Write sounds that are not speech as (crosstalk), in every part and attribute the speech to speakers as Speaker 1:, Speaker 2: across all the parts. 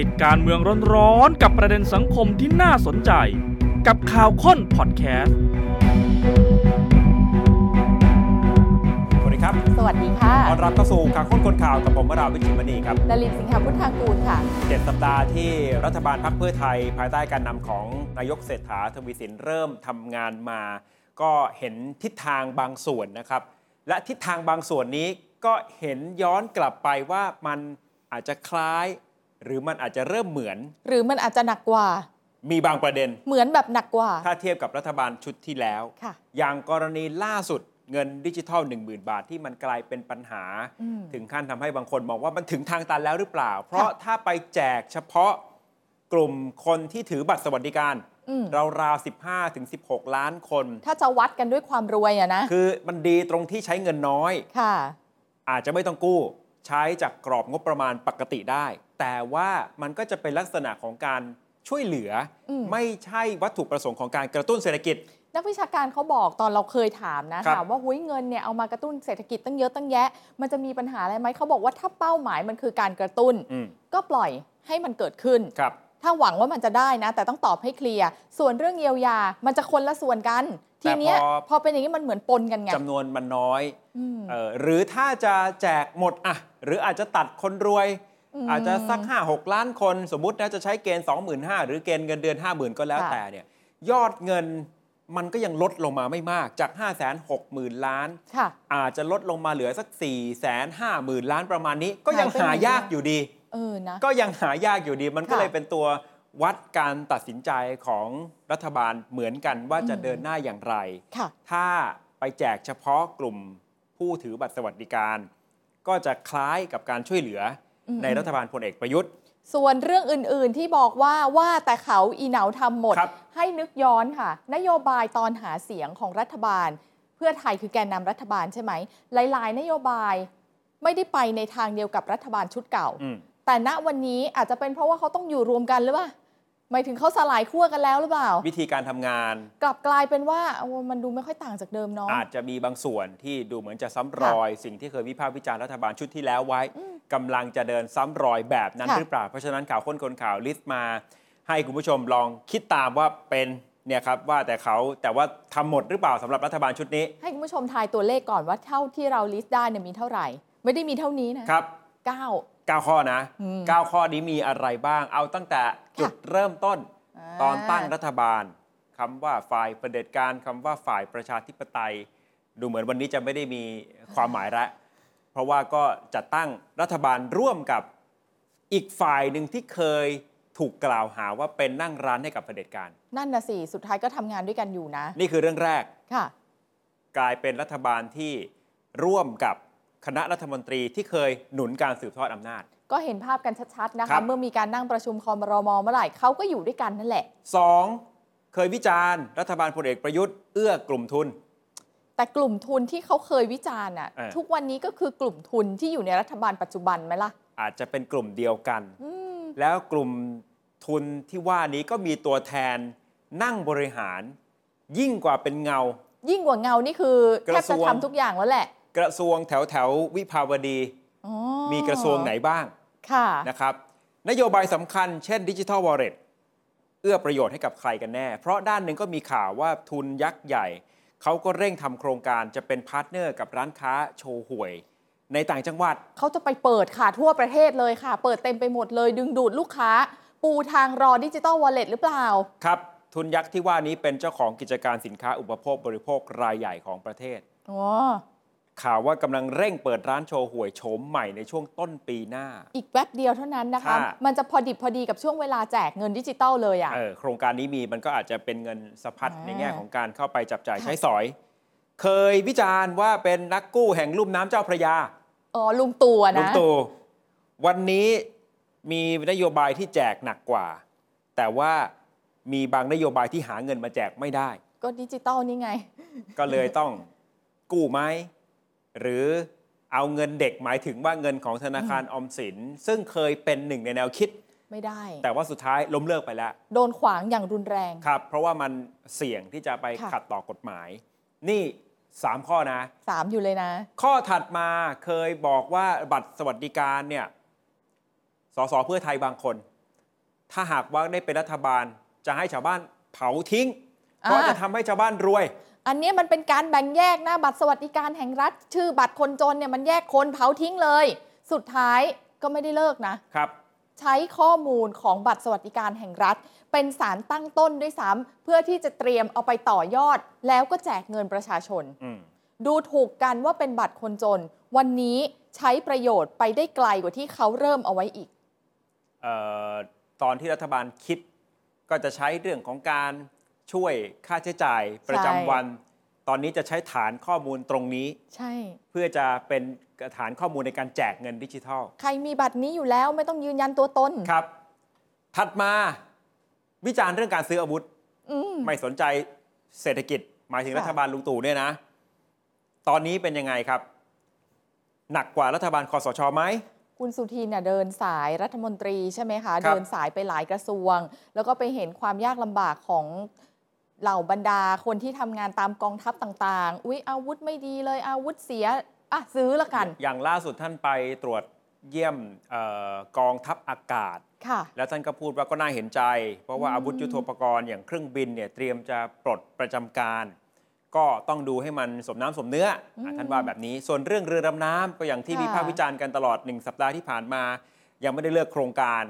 Speaker 1: ติดการเมืองร้อนๆกับประเด็นสังคมที่น่าสนใจ กับข่าวค้นพอดแคสต์
Speaker 2: สวัสดีครับ
Speaker 3: สวัสดีค่ะ
Speaker 2: ต้อนรับเข้าสู่ข่าวค้นคนข่าวกับผมวราวิจิตรมณีครับ
Speaker 3: นลินทร์สิงหพุทธากูลค่ะ
Speaker 2: เจ็ดสัปดาห์ที่รัฐบาลพักเพื่อไทย ภายใต้การนำของนายกเศรษฐาทวีสินเริ่มทำงานมา ก็เห็นทิศทางบางส่วนนะครับ และทิศทางบางส่วนนี้ก็เห็นย้อนกลับไปว่ามันอาจจะคล้าย หรือมันอาจจะเริ่มเหมือน
Speaker 3: หรือมันอาจจะหนักกว่า
Speaker 2: มีบางประเด็น
Speaker 3: เหมือนแบบหนักกว่า
Speaker 2: ถ้าเทียบกับรัฐบาลชุดที่แล้ว
Speaker 3: ค่ะ
Speaker 2: อย่างกรณีล่าสุดเงินดิจิทัล 10,000 บาทที่มันกลายเป็นปัญหา
Speaker 3: อืม
Speaker 2: ถึงขั้นทำให้บางคนมองว่ามันถึงทางตันแล้วหรือเปล่า เพราะถ้าไปแจกเฉพาะกลุ่มคนที่ถือบัตรสวัสดิการ
Speaker 3: อืม
Speaker 2: เราราวๆ15ถึง16 ล้านคน
Speaker 3: ถ้าจะวัดกันด้วยความรวยอะนะ
Speaker 2: คือมันดีตรงที่ใช้เงินน้อย
Speaker 3: ค่ะ
Speaker 2: อาจจะไม่ต้องกู้ ใช้จากกรอบงบประมาณปกติได้ แต่ว่ามันก็จะเป็นลักษณะของการช่วยเหลืออ
Speaker 3: ม
Speaker 2: ไม่ใช่วัตถุประสงค์ของการกระตุ้นเศรษฐกิจ
Speaker 3: นักวิชาการเขาบอกตอนเราเคยถามนะครับ ถามว่าหุ้ยเงินเนี่ยเอามากระตุ้นเศรษฐกิจตั้งเยอะตั้งแยะ มันจะมีปัญหาอะไรไหมเขาบอกว่าถ้าเป้าหมายมันคือการกระตุ้น
Speaker 2: อืม
Speaker 3: ก็ปล่อยให้มันเกิดขึ้น
Speaker 2: ครับ
Speaker 3: ถ้าหวังว่ามันจะได้นะ แต่ต้องตอบให้เคลียร์ ส่วนเรื่องเยียวยา มันจะคนละส่วนกัน ทีเนี้ย
Speaker 2: แต่พอ
Speaker 3: พอเป็นอย่างนี้มันเหมือนปนกันไง
Speaker 2: จำนวนมันน้อย
Speaker 3: อืม
Speaker 2: เอ่อหรือถ้าจะแจกหมดอ่ะหรืออาจจะตัดคนรวย
Speaker 3: อืม
Speaker 2: อาจจะสัก 5 6 ล้านคน สมมตินะจะใช้เกณฑ์ 25,000หรือเกณฑ์เงินเดือน 50,000 ก็แล้ว
Speaker 3: ค่ะ
Speaker 2: แต่เนี่ยยอดเงินมันก็ยังลดลงมาไม่มากจาก 560,000 ล้าน
Speaker 3: ค่ะ
Speaker 2: อาจจะลดลงมาเหลือสัก 450,000 ล้านประมาณนี้ ก็ยัง
Speaker 3: หายไปไหน
Speaker 2: หายากอยู่ดี
Speaker 3: เออนะ
Speaker 2: ก็ยังหายากอยู่ดี มันก็
Speaker 3: ค่ะ
Speaker 2: เลยเป็นตัววัดการตัดสินใจของรัฐบาลเหมือนกันว่าจะ
Speaker 3: อืม
Speaker 2: เดินหน้าอย่างไร
Speaker 3: ค่ะ
Speaker 2: ถ้าไปแจกเฉพาะกลุ่มผู้ถือบัตรสวัสดิการ ก็จะคล้ายกับการช่วยเหลืออ
Speaker 3: ม
Speaker 2: ในรัฐบาลพลเอกประยุทธ์
Speaker 3: ส่วนเรื่องอื่น ๆ ที่บอกว่าว่าแต่เขาอีเหนาทำหมด
Speaker 2: ครับ
Speaker 3: ให้นึกย้อนค่ะ นโยบายตอนหาเสียงของรัฐบาล เพื่อไทยคือแกนนำรัฐบาลใช่ไหม หลาย ๆ นโยบายไม่ได้ไปในทางเดียวกับรัฐบาลชุดเก่า
Speaker 2: อืม
Speaker 3: แต่ณวันนี้อาจจะเป็นเพราะว่าเขาต้องอยู่รวมกันหรือเปล่าหมายถึงเขาสลายขั้วกันแล้วหรือเปล่า
Speaker 2: วิธีการทำงาน
Speaker 3: กลับกลายเป็นว่าโอ้มันดูไม่ค่อยต่างจากเดิมเนาะ
Speaker 2: อาจจะมีบางส่วนที่ดูเหมือนจะซ้ำรอย สิ่งที่เคยวิพากษ์วิจารณ์รัฐบาลชุดที่แล้วไว้กำลังจะเดินซ้ำรอยแบบนั้น
Speaker 3: ค่ะ
Speaker 2: หรือเปล่า เพราะฉะนั้นข่าวค้นคนข่าวลิสต์มา ให้คุณผู้ชมลองคิดตามว่าเป็นเนี่ยครับว่าแต่เขาแต่ว่าทำหมดหรือเปล่าสำหรับรัฐบาลชุดนี้
Speaker 3: ให้คุณผู้ชมทายตัวเลขก่อนว่าเท่าที่เราลิสต์ได้เนี่ยมีเท่าไหร่ ไม่ได้มีเท่านี้นะครับ เก้า
Speaker 2: 9 ข้อนะ
Speaker 3: อืม
Speaker 2: 9 ข้อนี้มีอะไรบ้าง เอาตั้งแต่จุดเริ่มต้น
Speaker 3: า
Speaker 2: ตอนตั้งรัฐบาลคำว่าฝ่ายประเผด็จการคำว่าฝ่ายประชาธิปไตย ดูเหมือนวันนี้จะไม่ได้มีความหมายละเพราะว่าก็จัดตั้งรัฐบาลร่วมกับอีกฝ่ายหนึ่งที่เคยถูกกล่าวหาว่าเป็นนั่งร้านให้กับเผด็จการ
Speaker 3: นั่นนะสิ สุดท้ายก็ทำงานด้วยกันอยู่นะ
Speaker 2: นี่คือเรื่องแรก
Speaker 3: ค่ะ
Speaker 2: กลายเป็นรัฐบาลที่ร่วมกับคณะรัฐมนตรีที่เคยหนุนการสืบทอดอำนาจ
Speaker 3: ก็เห็นภาพกันชัด ๆ นะ
Speaker 2: ครั
Speaker 3: คะ
Speaker 2: บ
Speaker 3: เมื่อมีการนั่งประชุมคอมรมอเมื่อไหร่เขาก็อยู่ด้วยกันนั่นแหละ
Speaker 2: สองเคยวิจารณ์รัฐบาลพลเอกประยุทธ์เอื้อกลุ่มทุน
Speaker 3: แต่กลุ่มทุนที่เขาเคยวิจารณ์อ่ะ
Speaker 2: เออ
Speaker 3: ทุกวันนี้ก็คือกลุ่มทุนที่อยู่ในรัฐบาลปัจจุบันไหมล่ะ
Speaker 2: อาจจะเป็นกลุ่มเดียวกัน
Speaker 3: อืม
Speaker 2: แล้วกลุ่มทุนที่ว่านี้ก็มีตัวแทนนั่งบริหาร ยิ่งกว่าเป็นเงา
Speaker 3: ยิ่งกว่าเงานี่คือกแท
Speaker 2: ระ
Speaker 3: บ
Speaker 2: ทรวง
Speaker 3: จะทำทุกอย่างแล้วแหละ
Speaker 2: กระทรวงแถวแถวๆวิภาวดี
Speaker 3: อ๋อ
Speaker 2: มีกระทรวงไหนบ้าง
Speaker 3: ค่ะ
Speaker 2: นะครับ นโยบายสำคัญเช่นดิจิทัลวอลเล็ตเอื้อประโยชน์ให้กับใครกันแน่ เพราะด้านหนึ่งก็มีข่าวว่าทุนยักษ์ใหญ่ เขาก็เร่งทำโครงการจะเป็นพาร์ทเนอร์กับร้านค้าโชห่วย ในต่างจังหวัด
Speaker 3: เขาจะไปเปิดค่ะ ทั่วประเทศเลยค่ะ เปิดเต็มไปหมดเลย ดึงดูดลูกค้า ปูทางรอดิจิตอลวอลเล็ตหรือเปล่า
Speaker 2: ครับทุนยักษ์ที่ว่านี้เป็นเจ้าของกิจการสินค้าอุปโภคบริโภครายใหญ่ของประเทศ
Speaker 3: อ๋อ
Speaker 2: ข่าวว่ากำลังเร่งเปิดร้านโชว์หวยโฉมใหม่ในช่วงต้นปีหน้า
Speaker 3: อีกแป๊บเดียวเท่านั้นนะคะ
Speaker 2: ค่ะ
Speaker 3: มันจะพอดิบพอดีกับช่วงเวลาแจกเงินดิจิตอลเลยอ่ะ
Speaker 2: เออโครงการนี้มีมันก็อาจจะเป็นเงินสะพัด
Speaker 3: อ่า
Speaker 2: ในแง่ของการเข้าไปจับจ่ายใช้สอย เคยวิจารณ์ว่าเป็นนักกู้แห่งลุ่มน้ำเจ้าพระยา
Speaker 3: อ๋อลุงตู่อะ
Speaker 2: ลุง
Speaker 3: นะ
Speaker 2: ตู่วันนี้มีนโยบายที่แจกหนักกว่า แต่ว่ามีบางนโยบายที่หาเงินมาแจกไม่ได้
Speaker 3: ก็ดิจิตอลนี่ไง
Speaker 2: ก็เลยต้องกู้ไหมหรือเอาเงินเด็กหมายถึงว่าเงินของธนาคารออมสิน ซึ่งเคยเป็นหนึ่งในแนวคิด
Speaker 3: ไม่ได้
Speaker 2: แต่ว่าสุดท้ายล้มเลิกไปแล้ว
Speaker 3: โดนขวางอย่างรุนแรง
Speaker 2: ครับ เพราะว่ามันเสี่ยงที่จะไป
Speaker 3: ค่ะ
Speaker 2: ขัดต่อกฎหมาย นี่ 3 ข้อนะ
Speaker 3: สามอยู่เลยนะ
Speaker 2: ข้อถัดมาเคยบอกว่าบัตรสวัสดิการเนี่ยสสเพื่อไทยบางคน ถ้าหากว่าได้เป็นรัฐบาลจะให้ชาวบ้านเผาทิ้ง เพราะจะทำให้ชาวบ้านรวย
Speaker 3: อันเนี้ยมันเป็นการแบ่งแยกนะบัตรสวัสดิการแห่งรัฐ ชื่อบัตรคนจนเนี่ยมันแยกคนเผาทิ้งเลย สุดท้ายก็ไม่ได้เลิกนะ
Speaker 2: ครับ
Speaker 3: ใช้ข้อมูลของบัตรสวัสดิการแห่งรัฐ เป็นสารตั้งต้นด้วยซ้ำเพื่อที่จะเตรียมเอาไปต่อยอด แล้วก็แจกเงินประชาชน
Speaker 2: อืม
Speaker 3: ดูถูกกันว่าเป็นบัตรคนจน วันนี้ใช้ประโยชน์ไปได้ไกลกว่าที่เขาเริ่มเอาไว้อีก
Speaker 2: เอ่อตอนที่รัฐบาลคิดก็จะใช้เรื่องของการช่วยค่าใช้จ่ายประจำวัน ตอนนี้จะใช้ฐานข้อมูลตรงนี้
Speaker 3: ใช่
Speaker 2: เพื่อจะเป็นฐานข้อมูลในการแจกเงินดิจิทัล
Speaker 3: ใครมีบัตรนี้อยู่แล้วไม่ต้องยืนยันตัวตน
Speaker 2: ครับ ถัดมาวิจารณ์เรื่องการซื้ออาวุธ
Speaker 3: อืม
Speaker 2: ไม่สนใจเศรษฐกิจ หมายถึง
Speaker 3: ค่ะ
Speaker 2: รัฐบาลลุงตู่เนี่ยนะ ตอนนี้เป็นยังไงครับ หนักกว่ารัฐบาลคอสชไหม
Speaker 3: คุณสุทินน่ะเดินสายรัฐมนตรีใช่ไหมคะ
Speaker 2: ครับ
Speaker 3: เดินสายไปหลายกระทรวง แล้วก็ไปเห็นความยากลำบากของเหล่าบรรดาคนที่ทำงานตามกองทัพต่างๆ อุ๊ย อาวุธไม่ดีเลยอาวุธเสีย อ่ะ ซื้อละกัน
Speaker 2: อย่างล่าสุดท่านไปตรวจเยี่ยมเออกองทัพอากาศ
Speaker 3: ค่ะ
Speaker 2: แล้วท่านก็พูดว่าก็น่าเห็นใจ เพราะว่าอาวุธยุโทโธปกรณ์อย่างเครื่องบินเนี่ยเตรียมจะปลดประจำการ ก็ต้องดูให้มันสมน้ำสมเนื้ออ่ะ
Speaker 3: อืม
Speaker 2: ท่านว่าแบบนี้ ส่วนเรื่องเรือดำน้ำก็อย่างที่
Speaker 3: ค่ะ
Speaker 2: วิพากษ์วิจารณ์กันตลอด 1 สัปดาห์ที่ผ่านมา ยังไม่ได้เลือกโครงการ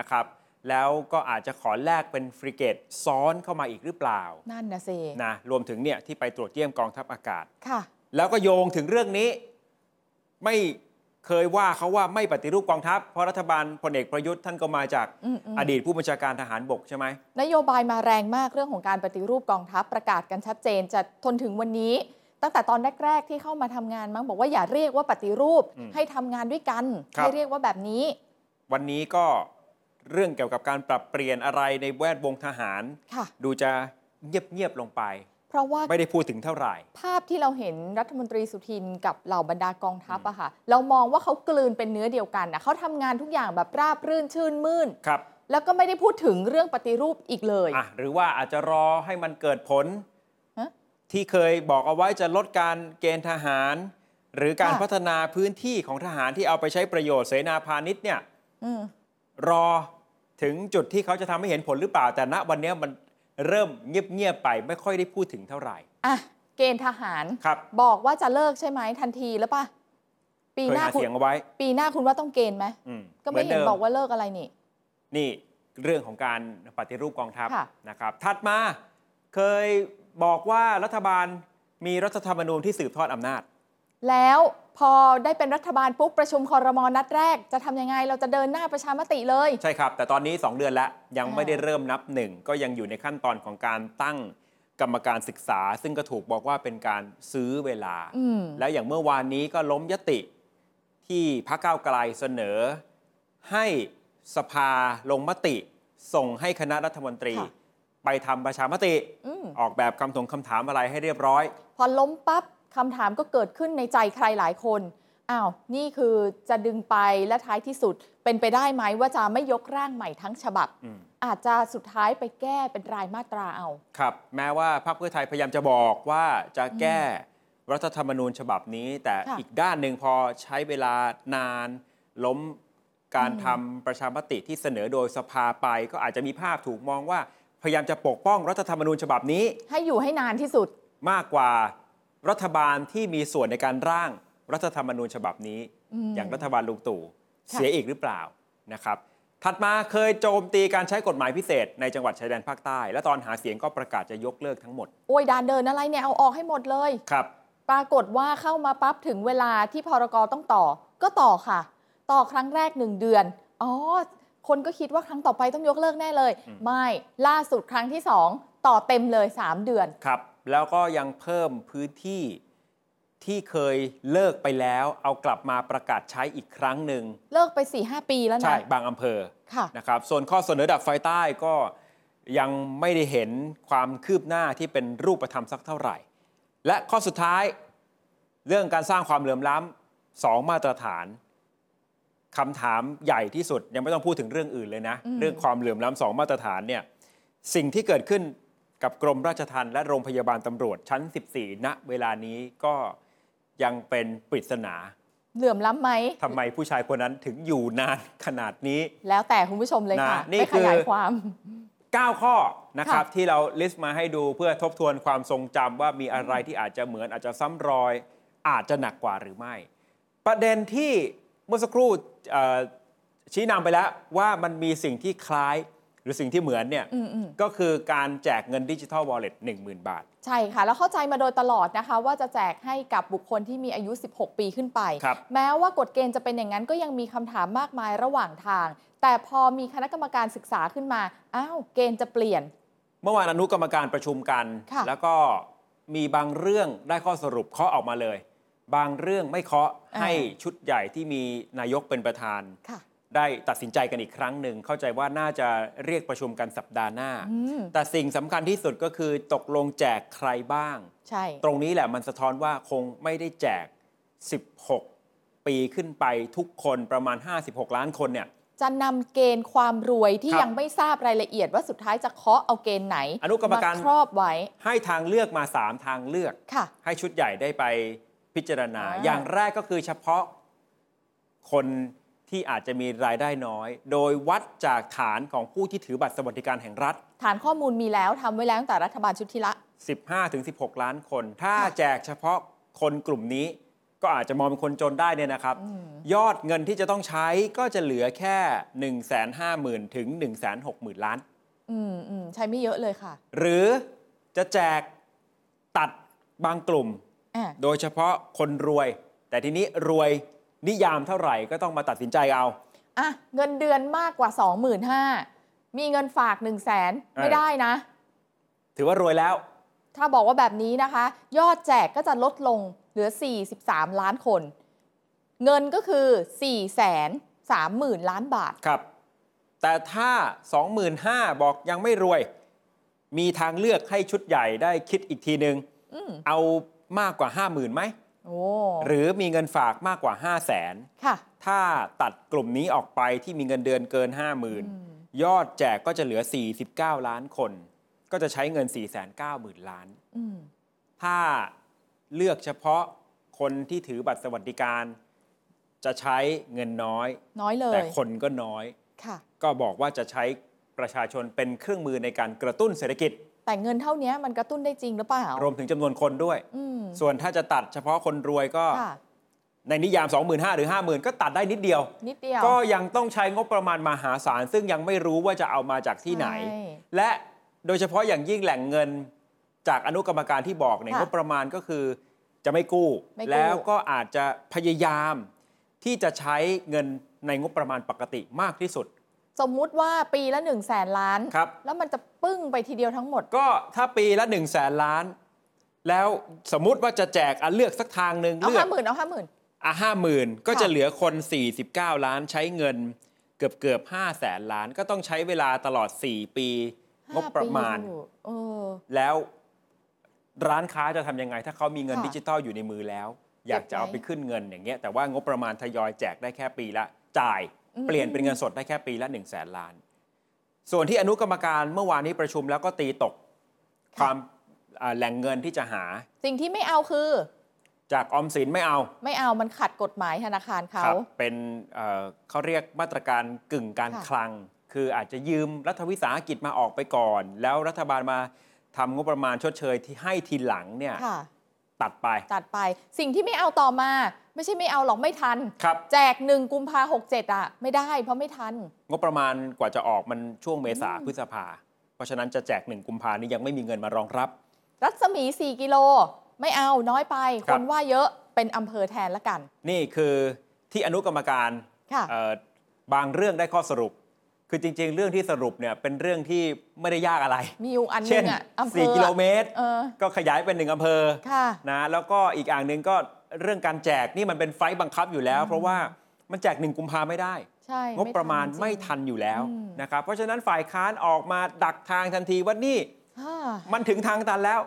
Speaker 2: นะครับ แล้วก็อาจจะขอแลกเป็นฟริเกตซ้อนเข้ามาอีกหรือเปล่า
Speaker 3: นั่นนะเซ
Speaker 2: นะรวมถึงเนี่ยที่ไปตรวจเยี่ยมกองทัพอากาศ
Speaker 3: ค่ะ
Speaker 2: แล้วก็โยงถึงเรื่องนี้ไม่เคยว่าเขาว่าไม่ปฏิรูปกองทัพ เพราะรัฐบาลพลเอกประยุทธ์ท่านก็มาจาก
Speaker 3: อืมอืม
Speaker 2: อดีตผู้บัญชาการทหารบกใช่ไหม
Speaker 3: นโยบายมาแรงมากเรื่องของการปฏิรูปกองทัพประกาศกันชัดเจนจะทนถึงวันนี้ ตั้งแต่ตอนแรก ๆ ที่เข้ามาทำงานมั้งบอกว่าอย่าเรียกว่าปฏิรูป
Speaker 2: อืม
Speaker 3: ให้ทำงานด้วยกัน
Speaker 2: ครับ
Speaker 3: ให้เรียกว่าแบบนี้
Speaker 2: วันนี้ก็เรื่องเกี่ยวกับการปรับเปลี่ยนอะไรในแวดวงทหาร
Speaker 3: ค่ะ
Speaker 2: ดูจะเงียบๆลงไป
Speaker 3: เพราะว่า
Speaker 2: ไม่ได้พูดถึงเท่าไหร่
Speaker 3: ภาพที่เราเห็นรัฐมนตรีสุทินกับเหล่าบรรดากองทัพอะค่ะ เรามองว่าเขากลืนเป็นเนื้อเดียวกันนะเขาทำงานทุกอย่างแบบราบรื่นชื่นมื่น
Speaker 2: ครับ
Speaker 3: แล้วก็ไม่ได้พูดถึงเรื่องปฏิรูปอีกเลย
Speaker 2: อ่ะหรือว่าอาจจะรอให้มันเกิดผล
Speaker 3: ฮะ
Speaker 2: ที่เคยบอกเอาไว้จะลดการเกณฑ์ทหาร หรือการ
Speaker 3: ค่ะ
Speaker 2: พัฒนาพื้นที่ของทหารที่เอาไปใช้ประโยชน์เสนาพาณิชย์เนี่ย
Speaker 3: อืม
Speaker 2: รอถึงจุดที่เขาจะทำให้เห็นผลหรือเปล่า แต่ณวันนี้มันเริ่มเงียบ ๆ ไปไม่ค่อยได้พูดถึงเท่าไหร่
Speaker 3: อ่ะ เกณฑ์ทหาร
Speaker 2: ครับ
Speaker 3: บอกว่าจะเลิกใช่ไหมทันทีแล้วป่ะ ปี
Speaker 2: เคย
Speaker 3: หน้า
Speaker 2: หา
Speaker 3: คุณ
Speaker 2: เสียงเอาไว้
Speaker 3: ปีหน้าคุณว่าต้องเกณฑ์ไหม
Speaker 2: อืม
Speaker 3: ก็ไม่
Speaker 2: มื
Speaker 3: เห็น
Speaker 2: ดิ
Speaker 3: บอกว่าเลิกอะไรนี่
Speaker 2: นี่เรื่องของการปฏิรูปกองทัพ
Speaker 3: ค่ะ
Speaker 2: นะครับ ถัดมาเคยบอกว่ารัฐบาลมีรัฐธรรมนูญที่สืบทอดอำนาจ
Speaker 3: แล้วพอได้เป็นรัฐบาลปุ๊บประชุมคอรมอนัดแรก จะทำยังไงเราจะเดินหน้าประชามติเลย
Speaker 2: ใช่ครับ แต่ตอนนี้ 2 เดือนแล้ว ยัง
Speaker 3: อ่า
Speaker 2: ไม่ได้เริ่มนับหนึ่ง ก็ยังอยู่ในขั้นตอนของการตั้งกรรมการศึกษา ซึ่งก็ถูกบอกว่าเป็นการซื้อเวลา
Speaker 3: อืม
Speaker 2: แล้วอย่างเมื่อวานนี้ก็ล้มยติที่พรรคก้าวไกลเสนอ ให้สภาลงมติ ส่งให้คณะรัฐมนตรี
Speaker 3: ค่ะ
Speaker 2: ไปทำประชามติ
Speaker 3: อืม
Speaker 2: ออกแบบคำถงคำถามอะไรให้เรียบร้อย
Speaker 3: พอล้มปั๊บคำถามก็เกิดขึ้นในใจใครหลายคน อ้าว นี่คือจะดึงไปและท้ายที่สุด เป็นไปได้ไหมว่าจะไม่ยกร่างใหม่ทั้งฉบับ
Speaker 2: อืม
Speaker 3: อาจจะสุดท้ายไปแก้เป็นรายมาตราเอา
Speaker 2: ครับ แม้ว่าพรรคเพื่อไทยพยายามจะบอกว่าจะแก้รัฐธรรมนูญฉบับนี้ แต่
Speaker 3: ค่ะ
Speaker 2: อีกด้านหนึ่งพอใช้เวลานาน ล้มการ
Speaker 3: อืม
Speaker 2: ทำประชามติที่เสนอโดยสภาไป ก็อาจจะมีภาพถูกมองว่าพยายามจะปกป้องรัฐธรรมนูญฉบับนี้
Speaker 3: ให้อยู่ให้นานที่สุด
Speaker 2: มากกว่ารัฐบาลที่มีส่วนในการร่างรัฐธรรมนูญฉบับนี้
Speaker 3: อืม
Speaker 2: อย่างรัฐบาลลุงตู่
Speaker 3: ค่ะ
Speaker 2: เสียอีกหรือเปล่านะครับ ถัดมาเคยโจมตีการใช้กฎหมายพิเศษในจังหวัดชายแดนภาคใต้ และตอนหาเสียงก็ประกาศจะยกเลิกทั้งหมด
Speaker 3: โอ้ยดานเดินอะไรเนี่ย เอาออกให้หมดเลย
Speaker 2: ครับ
Speaker 3: ปรากฏว่าเข้ามาปั๊บถึงเวลาที่พรกต้องต่อ ก็ต่อค่ะ ต่อครั้งแรกหนึ่งเดือน อ๋อ คนก็คิดว่าครั้งต่อไปต้องยกเลิกแน่เลย
Speaker 2: อืม
Speaker 3: ไม่ ล่าสุดครั้งที่สองต่อเต็มเลยสามเดือน
Speaker 2: ครับ แล้วก็ยังเพิ่มพื้นที่ที่เคยเลิกไปแล้ว เอากลับมาประกาศใช้อีกครั้งหนึ่ง
Speaker 3: เลิกไป4ีหปีแล้วนะ
Speaker 2: ใช่บางอำเภอ
Speaker 3: ค่ะ
Speaker 2: นะครับส่วนข้อเสนอดับไฟใต้ก็ยังไม่ได้เห็นความคืบหน้าที่เป็นรูปธรรมสักเท่าไหร่ และข้อสุดท้ายเรื่องการสร้างความเหลื่อมล้ำสองมาตรฐานคำถามใหญ่ที่สุด ยังไม่ต้องพูดถึงเรื่องอื่นเลยนะ
Speaker 3: อืม
Speaker 2: เรื่องความเหลื่อมล้ำสองมาตรฐานเนี่ยสิ่งที่เกิดขึ้นกับกรมราชทัณฑ์และโรงพยาบาลตำรวจชั้น 14 ณเวลานี้ก็ยังเป็นปริศนา
Speaker 3: เหลื่อมล้ำไหม
Speaker 2: ทำไมผู้ชายคนนั้นถึงอยู่นานขนาดนี้
Speaker 3: แล้วแต่คุณผู้ชมเลยค่ะ
Speaker 2: นะนี่
Speaker 3: ไม่
Speaker 2: คื
Speaker 3: ข
Speaker 2: อ
Speaker 3: ยายความ
Speaker 2: 9 ข้อนะครับ
Speaker 3: ค่ะ
Speaker 2: ที่เราลิสต์มาให้ดูเพื่อทบทวนความทรงจำว่ามีอะไรที่อาจจะเหมือนอาจจะซ้ำรอย อาจจะหนักกว่าหรือไม่ ประเด็นที่เมื่อสักครู่เอ่อชี้นำไปแล้วว่ามันมีสิ่งที่คล้ายหรือสิ่งที่เหมือนเนี่ย
Speaker 3: อืม
Speaker 2: ก็คือการแจกเงินดิจิทัลวอลเล็ต1 0,000 บาท
Speaker 3: ใช่ค่ะ แล้วเข้าใจมาโดยตลอดนะคะ ว่าจะแจกให้กับบุคคลที่มีอายุ 16 ปีขึ้นไป
Speaker 2: ครับ
Speaker 3: แม้ว่ากฎเกณฑ์จะเป็นอย่างนั้นก็ยังมีคำถามมากมายระหว่างทาง แต่พอมีคณะกรรมการศึกษาขึ้นมาอ้าวเกณฑ์จะเปลี่ยน
Speaker 2: เมื่อวานอนุกรรมการประชุมกัน
Speaker 3: ค่ะ
Speaker 2: แล้วก็มีบางเรื่องได้ข้อสรุปเคาะออกมาเลย บางเรื่องไม่เคาะให้ชุดใหญ่ที่มีนายกเป็นประธาน
Speaker 3: ค่ะ
Speaker 2: ได้ตัดสินใจกันอีกครั้งหนึ่ง เข้าใจว่าน่าจะเรียกประชุมกันสัปดาห์หน้า
Speaker 3: อืม
Speaker 2: แต่สิ่งสำคัญที่สุดก็คือตกลงแจกใครบ้าง
Speaker 3: ใช่
Speaker 2: ตรงนี้แหละมันสะท้อนว่าคงไม่ได้แจก 16 ปีขึ้นไปทุกคนประมาณ 56 ล้านคนเนี่ย
Speaker 3: จะนำเกณฑ์ความรวยที่
Speaker 2: ครับ
Speaker 3: ยังไม่ทราบรายละเอียดว่าสุดท้ายจะเคาะเอาเกณฑ์ไหน
Speaker 2: อนุกรรมการ
Speaker 3: ครอบไว้
Speaker 2: ให้ทางเลือกมา 3 ทางเลือก
Speaker 3: ค่ะ
Speaker 2: ให้ชุดใหญ่ได้ไปพิจารณา
Speaker 3: อ่า
Speaker 2: อย่างแรกก็คือเฉพาะคนที่อาจจะมีรายได้น้อย โดยวัดจากฐานของผู้ที่ถือบัตรสวัสดิการแห่งรัฐ
Speaker 3: ฐานข้อมูลมีแล้วทำไว้แล้วตั้งแต่รัฐบาลชุดที่ละ
Speaker 2: 15ถึง16 ล้านคน ถ้า
Speaker 3: ค่ะ
Speaker 2: แจกเฉพาะคนกลุ่มนี้ ก็อาจจะมองเป็นคนจนได้เนี่ยนะครับ
Speaker 3: อืม
Speaker 2: ยอดเงินที่จะต้องใช้ก็จะเหลือแค่ 1 5 0 0 0 0 ถึง 1 6 0 0 0 0 ล้าน
Speaker 3: อืมอืมใช้ไม่เยอะเลยค่ะ
Speaker 2: หรือจะแจกตัดบางกลุ่ม
Speaker 3: อ่า
Speaker 2: โดยเฉพาะคนรวย แต่ทีนี้รวยนิยามเท่าไหร่ก็ต้องมาตัดสินใจเอา
Speaker 3: อ่ะเงินเดือนมากกว่า 25,000มีเงินฝาก 1 0 0 0 0แสนไม่ได้นะ
Speaker 2: ถือว่ารวยแล้ว
Speaker 3: ถ้าบอกว่าแบบนี้นะคะ ยอดแจกก็จะลดลงเหลือ 43 ล้านคน เงินก็คือ 4 3 0 0 0 0 ล้านบาท
Speaker 2: ครับ แต่ถ้า 25,000บอกยังไม่รวย มีทางเลือกให้ชุดใหญ่ได้คิดอีกทีนึง
Speaker 3: อืม
Speaker 2: เอามากกว่า 50,000ไหม
Speaker 3: โอ้
Speaker 2: หรือมีเงินฝากมากกว่า 5 0 0แสน
Speaker 3: ค่ะ
Speaker 2: ถ้าตัดกลุ่มนี้ออกไปที่มีเงินเดือนเกิน 50,000 ยอดแจกก็จะเหลือ 49 ล้านคน ก็จะใช้เงิน 490,000 ล้าน
Speaker 3: อืม
Speaker 2: ถ้าเลือกเฉพาะคนที่ถือบัตรสวัสดิการ จะใช้เงินน้อย
Speaker 3: น้อยเล
Speaker 2: แต่
Speaker 3: ย
Speaker 2: คนก็น้อย
Speaker 3: ค่ะ
Speaker 2: ก็บอกว่าจะใช้ประชาชนเป็นเครื่องมือในการกระตุ้นเศรษฐกิจ
Speaker 3: แต่เงินเท่านี้มันกระตุ้นได้จริงหรือเปล่าร
Speaker 2: วมถึงจำนวนคนด้วย
Speaker 3: อืม
Speaker 2: ส่วนถ้าจะตัดเฉพาะคนรวยก็
Speaker 3: ค่ะ
Speaker 2: ในนิยาม 25,000 หรือ 50,000 ก็ตัดได้นิดเดียว
Speaker 3: นิดเดียว
Speaker 2: ก็ยังต้องใช้งบประมาณมหาศาล ซึ่งยังไม่รู้ว่าจะเอามาจากที่ไหน
Speaker 3: ใช่
Speaker 2: และโดยเฉพาะอย่างยิ่งแหล่งเงินจากอนุกรรมการที่บอกเนี่ย
Speaker 3: ค่ะ
Speaker 2: งบประมาณก็คือจะไม่กู้
Speaker 3: ไม่กู้
Speaker 2: แล้วก็อาจจะพยายาม ที่จะใช้เงินในงบประมาณปกติมากที่สุด
Speaker 3: สมมุติว่าปีละ1 0 0 0 0แสนล้าน
Speaker 2: ครับ
Speaker 3: แล้วมันจะปึ้งไปทีเดียวทั้งหมด
Speaker 2: ก็ถ้าปีละ1นึ่งแสนล้าน แล้วสมมุติว่าจะแจกอ่ะเลือกสักทางหนึ่ง
Speaker 3: เอา
Speaker 2: เลือก
Speaker 3: ห้าหมื่นเอาห้าหมื่น
Speaker 2: อ่ะห้าหมื่นก็
Speaker 3: ค่ะ
Speaker 2: จะเหลือคน 49 ล้านใช้เงินเกือบเกือบห้าแสนล้าน ก็ต้องใช้เวลาตลอด 4 ปีงบประมาณ
Speaker 3: ห้ปีอยู่เออ
Speaker 2: แล้วร้านค้าจะทำยังไง ถ้าเขามีเงิน
Speaker 3: ค่ะ
Speaker 2: ดิจิทัลอยู่ในมือแล้ว อยากจะเอา
Speaker 3: เก็บไว้
Speaker 2: ไปขึ้นเงินอย่างเงี้ยแต่ว่างบประมาณทยอยแจกได้แค่ปีละ จ่าย
Speaker 3: อืม
Speaker 2: เปลี่ยนเป็นเงินสดได้แค่ปีละ1นึ่งแสนล้าน ส่วนที่อนุกรรมการเมื่อวานนี้ประชุมแล้วก็ตีตก ความอ่าแหล่งเงินที่จะหา
Speaker 3: สิ่งที่ไม่เอาคือ
Speaker 2: จากออมสินไม่เอา
Speaker 3: ไม่เอามันขัดกฎหมายธนาคารเขา
Speaker 2: ครับเป็นเอ่อเขาเรียกมาตรการกึ่งการ
Speaker 3: ค่ะ
Speaker 2: คลัง คืออาจจะยืมรัฐวิสาหกิจมาออกไปก่อน แล้วรัฐบาลมาทำงบประมาณชดเชยที่ให้ทีหลังเนี่ย
Speaker 3: ค่ะ
Speaker 2: ตัดไป
Speaker 3: ตัดไปสิ่งที่ไม่เอาต่อมา ไม่ใช่ไม่เอาหรอกไม่ทัน
Speaker 2: ครับ
Speaker 3: แจกหนึ่งกุมภาหกเจ็ดอ่ะ ไม่ได้เพราะไม่ทัน
Speaker 2: งบประมาณกว่าจะออกมันช่วงเมษาพฤษภา เพราะฉะนั้นจะแจกหนึ่งกุมภานี้ยังไม่มีเงินมารองรับ
Speaker 3: รัศมี 4 กิโล ไม่เอาน้อยไป
Speaker 2: ครั
Speaker 3: ค
Speaker 2: บ
Speaker 3: นว่าเยอะเป็นอำเภอแทนละกัน
Speaker 2: นี่คือที่อนุกรรมการ
Speaker 3: ค่ะ
Speaker 2: เอ่อบางเรื่องได้ข้อสรุป คือจริง ๆ เรื่องที่สรุปเนี่ยเป็นเรื่องที่ไม่ได้ยากอะไร
Speaker 3: มีอยู่อันห
Speaker 2: เช่
Speaker 3: นึ
Speaker 2: น
Speaker 3: งอ่ะอำเภอ
Speaker 2: 4 กิโลเมตร
Speaker 3: เออ
Speaker 2: ก็ขยายเป็นหนึ่งอำเภอ
Speaker 3: ค่ะ
Speaker 2: นะแล้วก็อีกอย่างหนึ่งก็เรื่องการแจกนี่มันเป็นไฟต์บังคับอยู่แล้ว เพราะว่ามันแจกหนึ่งกุมภาไม่ได้
Speaker 3: ใช่
Speaker 2: งบประมาณไม่
Speaker 3: ทั
Speaker 2: ทั
Speaker 3: น
Speaker 2: นอยู่แล้ว
Speaker 3: อืม
Speaker 2: นะครับเพราะฉะนั้นฝ่ายค้านออกมาดักทางทันทีว่านี่
Speaker 3: จริงค่ะ
Speaker 2: มันถึงทางตันแล้ว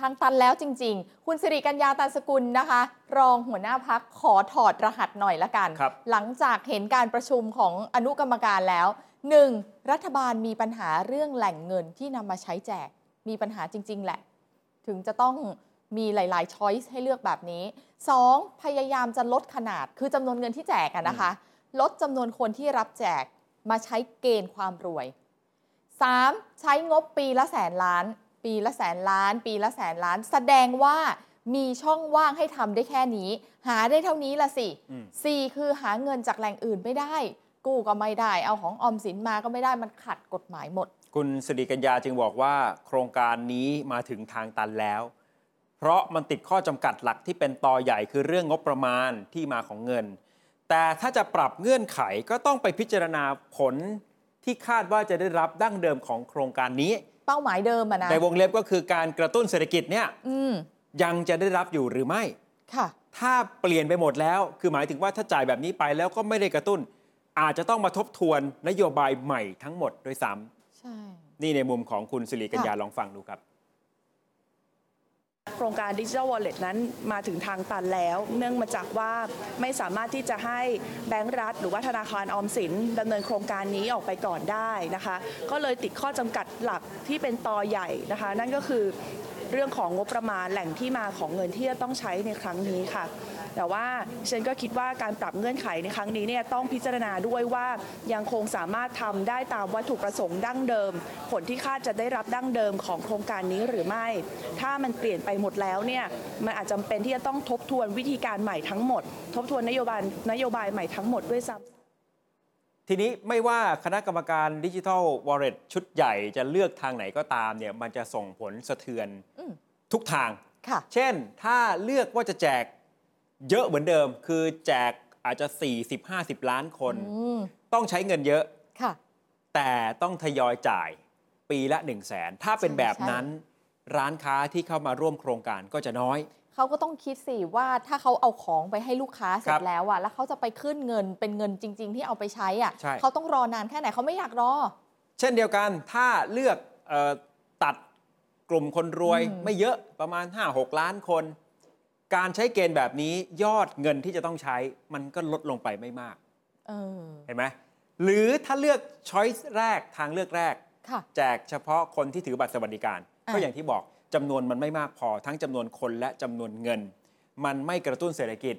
Speaker 3: ทางตันแล้วจริง ๆ คุณสิริกัญญาตันสกุลนะคะ รองหัวหน้าพักขอถอดรหัสหน่อยละกัน
Speaker 2: ครับ
Speaker 3: หลังจากเห็นการประชุมของอนุกรรมการแล้ว 1. รัฐบาลมีปัญหาเรื่องแหล่งเงินที่นำมาใช้แจก มีปัญหาจริง ๆ แหละ ถึงจะต้อง มีหลาย ๆ ช้อยส์ให้เลือกแบบนี้ 2. พยายามจะลดขนาด คือจำนวนเงินที่แจกอะนะคะ ลดจำนวนคนที่รับแจกมาใช้เกณฑ์ความรวย 3. ใช้งบปีละแสนล้าน ปีละแสนล้าน ปีละแสนล้าน แสดงว่ามีช่องว่างให้ทำได้แค่นี้ หาได้เท่านี้ละสิ
Speaker 2: อืม
Speaker 3: สี่คือหาเงินจากแหล่งอื่นไม่ได้ กู้ก็ไม่ได้ เอาของออมสินมาก็ไม่ได้มันขัดกฎหมายหมด
Speaker 2: คุณสิริกัญญาจึงบอกว่า โครงการนี้มาถึงทางตันแล้ว เพราะมันติดข้อจำกัดหลักที่เป็นตอใหญ่คือเรื่องงบประมาณที่มาของเงิน แต่ถ้าจะปรับเงื่อนไขก็ต้องไปพิจารณาผลที่คาดว่าจะได้รับดั้งเดิมของโครงการนี้
Speaker 3: เป้าหมายเดิมอะนะ
Speaker 2: ในวงเล็บก็คือการกระตุ้นเศรษฐกิจเนี่ย
Speaker 3: อืม
Speaker 2: ยังจะได้รับอยู่หรือไม่
Speaker 3: ค่ะ
Speaker 2: ถ้าเปลี่ยนไปหมดแล้ว คือหมายถึงว่าถ้าจ่ายแบบนี้ไปแล้วก็ไม่ได้กระตุ้น อาจจะต้องมาทบทวนนโยบายใหม่ทั้งหมดด้วยซ้
Speaker 3: ใช่
Speaker 2: ำนี่ในมุมของคุณสิริกัญญาลองฟังดูครับ
Speaker 4: โครงการ Digital Wallet นั้นมาถึงทางตันแล้ว เนื่องมาจากว่าไม่สามารถที่จะให้แบงก์รัฐ หรือว่าธนาคารออมสินดำเนินโครงการนี้ออกไปก่อนได้นะคะ ก็เลยติดข้อจำกัดหลักที่เป็นตอใหญ่นะคะ นั่นก็คือเรื่องของงบประมาณแหล่งที่มาของเงินที่จะต้องใช้ในครั้งนี้ค่ะ แต่ว่าฉันก็คิดว่าการปรับเงื่อนไขในครั้งนี้เนี่ยต้องพิจารณาด้วยว่ายังคงสามารถทำได้ตามวัตถุประสงค์ดั้งเดิม ผลที่คาดจะได้รับดั้งเดิมของโครงการนี้หรือไม่ ถ้ามันเปลี่ยนไปหมดแล้วเนี่ยมันอาจจำเป็นที่จะต้องทบทวนวิธีการใหม่ทั้งหมด ทบทวนนโยบายนโยบายใหม่ทั้งหมดด้วยซ้ำ
Speaker 2: ทีนี้ไม่ว่าคณะกรรมการดิจิทัลวอลเล็ตชุดใหญ่จะเลือกทางไหนก็ตามเนี่ยมันจะส่งผลสะเทือน
Speaker 3: อืม
Speaker 2: ทุกทาง
Speaker 3: ค่ะ
Speaker 2: เช่น ถ้าเลือกว่าจะแจกเยอะเหมือนเดิม คือแจกอาจจะ 40-50 ล้านคน
Speaker 3: อืม
Speaker 2: ต้องใช้เงินเยอะ
Speaker 3: ค่ะ
Speaker 2: แต่ต้องทยอยจ่ายปีละ 1 0 0 0 0แสนถ้าเป็น
Speaker 3: ใช่
Speaker 2: แบบ
Speaker 3: ใช่
Speaker 2: นั้น ร้านค้าที่เข้ามาร่วมโครงการก็จะน้อย
Speaker 3: เขาก็ต้องคิดสิว่าถ้าเขาเอาของไปให้ลูกค้าเสร็
Speaker 2: ครั
Speaker 3: จ
Speaker 2: บ
Speaker 3: แล้วอะแล้วเขาจะไปขึ้นเงินเป็นเงินจริง ๆ ที่เอาไปใช้อะ
Speaker 2: ใช่
Speaker 3: เขาต้องรอนานแค่ไหนเขาไม่อยากรอ
Speaker 2: เช่นเดียวกันถ้าเลือกเออตัดกลุ่มคนรวย
Speaker 3: อืม
Speaker 2: ไม่เยอะประมาณ 5-6 ล้านคน การใช้เกณฑ์แบบนี้ยอดเงินที่จะต้องใช้ มันก็ลดลงไปไม่มาก
Speaker 3: เออ
Speaker 2: เห็นไหมหรือถ้าเลือกช้อยส์แรกทางเลือกแรก
Speaker 3: ค่ะ
Speaker 2: แจกเฉพาะคนที่ถือบัตรสวัสดิการ
Speaker 3: อ่ะ
Speaker 2: ก็อย่างที่บอกจำนวนมันไม่มากพอ ทั้งจำนวนคนและจำนวนเงิน มันไม่กระตุ้นเศรษฐกิจ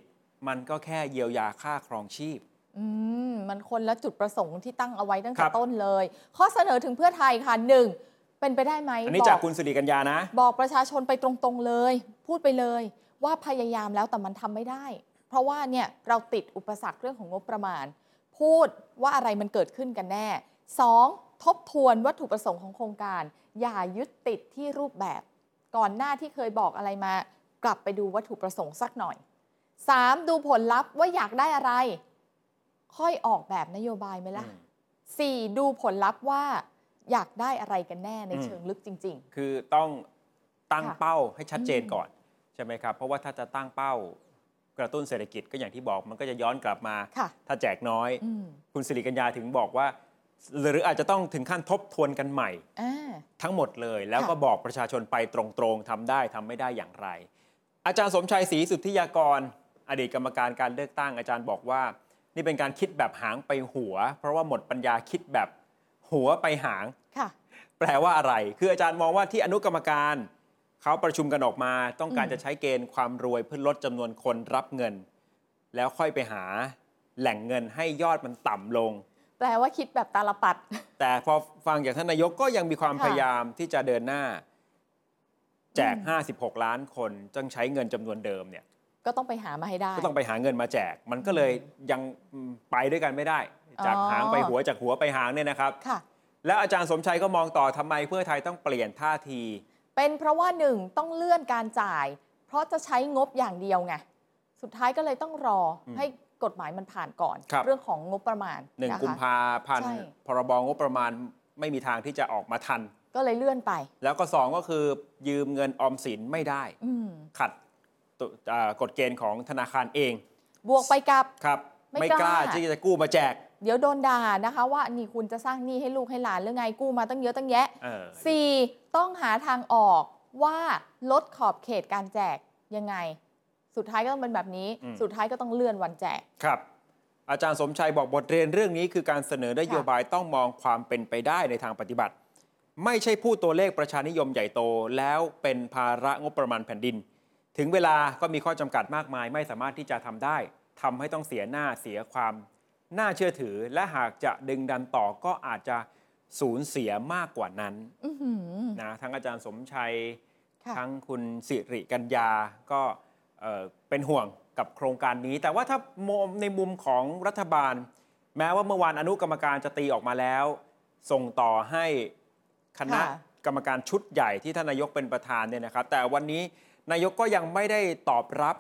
Speaker 2: มันก็แค่เยียวยาค่าครองชีพ
Speaker 3: อืมมันคนละจุดประสงค์ที่ตั้งเอาไว้ตั้ง
Speaker 2: ค
Speaker 3: แต่
Speaker 2: รับ
Speaker 3: ต้นเลย ข้อเสนอถึงเพื่อไทยค่ะหนึ่งเป็นไปได้ไหม
Speaker 2: อันนี้
Speaker 3: บ
Speaker 2: จาก
Speaker 3: ก
Speaker 2: คุณสิริกัญญานะ
Speaker 3: บอกประชาชนไปตรงๆเลย พูดไปเลยว่าพยายามแล้วแต่มันทำไม่ได้ เพราะว่าเนี่ยเราติดอุปสรรคเรื่องของงบประมาณ พูดว่าอะไรมันเกิดขึ้นกันแน่ 2. ทบทวนวัตถุประสงค์ของโครงการ อย่ายึดติดที่รูปแบบ ก่อนหน้าที่เคยบอกอะไรมา กลับไปดูวัตถุประสงค์สักหน่อย 3. ดูผลลัพธ์ว่าอยากได้อะไร ค่อยออกแบบนโยบายไหมล่ะ
Speaker 2: อืม
Speaker 3: 4. ดูผลลัพธ์ว่าอยากได้อะไรกันแน่ใน
Speaker 2: อืม
Speaker 3: เชิงลึกจริง ๆ
Speaker 2: คือต้องตั้ง
Speaker 3: ค่ะ
Speaker 2: เป้าให้ชัดเจน
Speaker 3: อืม
Speaker 2: ก่อน ใช่ไหมครับ เพราะว่าถ้าจะตั้งเป้ากระตุ้นเศรษฐกิจก็อย่างที่บอกมันก็จะย้อนกลับมา
Speaker 3: ค่ะ
Speaker 2: ถ้าแจกน้อย
Speaker 3: อืม
Speaker 2: คุณสิริกัญญาถึงบอกว่า หรืออาจจะต้องถึงขั้นทบทวนกันใหม่
Speaker 3: อ่า
Speaker 2: ทั้งหมดเลยแล้ว
Speaker 3: ค่ะ
Speaker 2: ก็บอกประชาชนไปตรงๆทำได้ทำไม่ได้อย่างไร อาจารย์สมชัยศรีสุทธิยากร อดีตกรรมการการเลือกตั้งอาจารย์บอกว่า นี่เป็นการคิดแบบหางไปหัว เพราะว่าหมดปัญญาคิดแบบหัวไปหาง
Speaker 3: ค่ะ
Speaker 2: แปลว่าอะไร คืออาจารย์มองว่าที่อนุกรรมการเขาประชุมกันออกมา ต้องการ
Speaker 3: อืม
Speaker 2: จะใช้เกณฑ์ความรวยเพื่อลดจำนวนคนรับเงิน แล้วค่อยไปหาแหล่งเงินให้ยอดมันต่ำลง
Speaker 3: แปลว่าคิดแบบตาลปัด (laughs)
Speaker 2: แต่พอฟังจากท่านนายกก็ยังมีความ
Speaker 3: ค่ะ
Speaker 2: พยายามที่จะเดินหน้า แจก
Speaker 3: อืม
Speaker 2: 56 ล้านคนจงใช้เงินจำนวนเดิมเนี่ย
Speaker 3: ก็ต้องไปหามาให้ได้
Speaker 2: ก็ต้องไปหาเงินมาแจก มันก็เลยยังอืมไปด้วยกันไม่ได้ จาก
Speaker 3: อ๋อ
Speaker 2: หางไปหัวจากหัวไปหางเนี่ยนะครับ
Speaker 3: ค่ะ
Speaker 2: แล้วอาจารย์สมชัยก็มองต่อทำไมเพื่อไทยต้องเปลี่ยนท่าที
Speaker 3: เป็นเพราะว่าหนึ่งต้องเลื่อนการจ่าย เพราะจะใช้งบอย่างเดียวไง สุดท้ายก็เลยต้องรออ
Speaker 2: ม
Speaker 3: ให้กฎหมายมันผ่านก่อน
Speaker 2: ครับ
Speaker 3: เรื่องของงบประมาณ
Speaker 2: หนึ่ง
Speaker 3: ะคะ
Speaker 2: กุมภาพันธ์
Speaker 3: ใช่
Speaker 2: พรบงบประมาณไม่มีทางที่จะออกมาทัน
Speaker 3: ก็เลยเลื่อนไป
Speaker 2: แล้วก็สองก็คือยืมเงินออมสินไม่ได้
Speaker 3: อืม
Speaker 2: ขัดตัวอ่ากฎเกณฑ์ของธนาคารเอง
Speaker 3: บวกไปกับ
Speaker 2: ครับ
Speaker 3: ไม่
Speaker 2: ไม่
Speaker 3: ก
Speaker 2: ก
Speaker 3: ล้า
Speaker 2: ล้าที่จะกู้มาแจก
Speaker 3: เดี๋ยวโดนด่านะคะ ว่านี่คุณจะสร้างหนี้ให้ลูกให้หลานหรือไงกู้มาตั้งเยอะตั้งแยะ
Speaker 2: เออ
Speaker 3: 4. ต้องหาทางออกว่าลดขอบเขตการแจกยังไง สุดท้ายก็ต้องเป็นแบบนี้
Speaker 2: อืม
Speaker 3: สุดท้ายก็ต้องเลื่อนวันแจก
Speaker 2: ครับ อาจารย์สมชัยบอกบทเรียนเรื่องนี้คือการเสนอนโยบายต้องมองความเป็นไปได้ในทางปฏิบัติ ไม่ใช่พูดตัวเลขประชานิยมใหญ่โต แล้วเป็นภาระงบประมาณแผ่นดิน ถึงเวลาก็มีข้อจำกัดมากมาย ไม่สามารถที่จะทำได้ทำให้ต้องเสียหน้าเสียความน่าเชื่อถือ และหากจะดึงดันต่อก็อาจจะสูญเสียมากกว่านั้น
Speaker 3: อื้อหือ
Speaker 2: นะทั้งอาจารย์สมชัย
Speaker 3: ค่ะ
Speaker 2: ทั้งคุณสิริกัญญาก็เอ่อเป็นห่วงกับโครงการนี้ แต่ว่าถ้ามองในมุมของรัฐบาล แม้ว่าเมื่อวานอนุกรรมการจะตีออกมาแล้ว ส่งต่อให้คณะ
Speaker 3: ค่ะ
Speaker 2: กรรมการชุดใหญ่ที่ท่านนายกเป็นประธานเนี่ยนะครับ แต่วันนี้นายกก็ยังไม่ได้ตอบรับ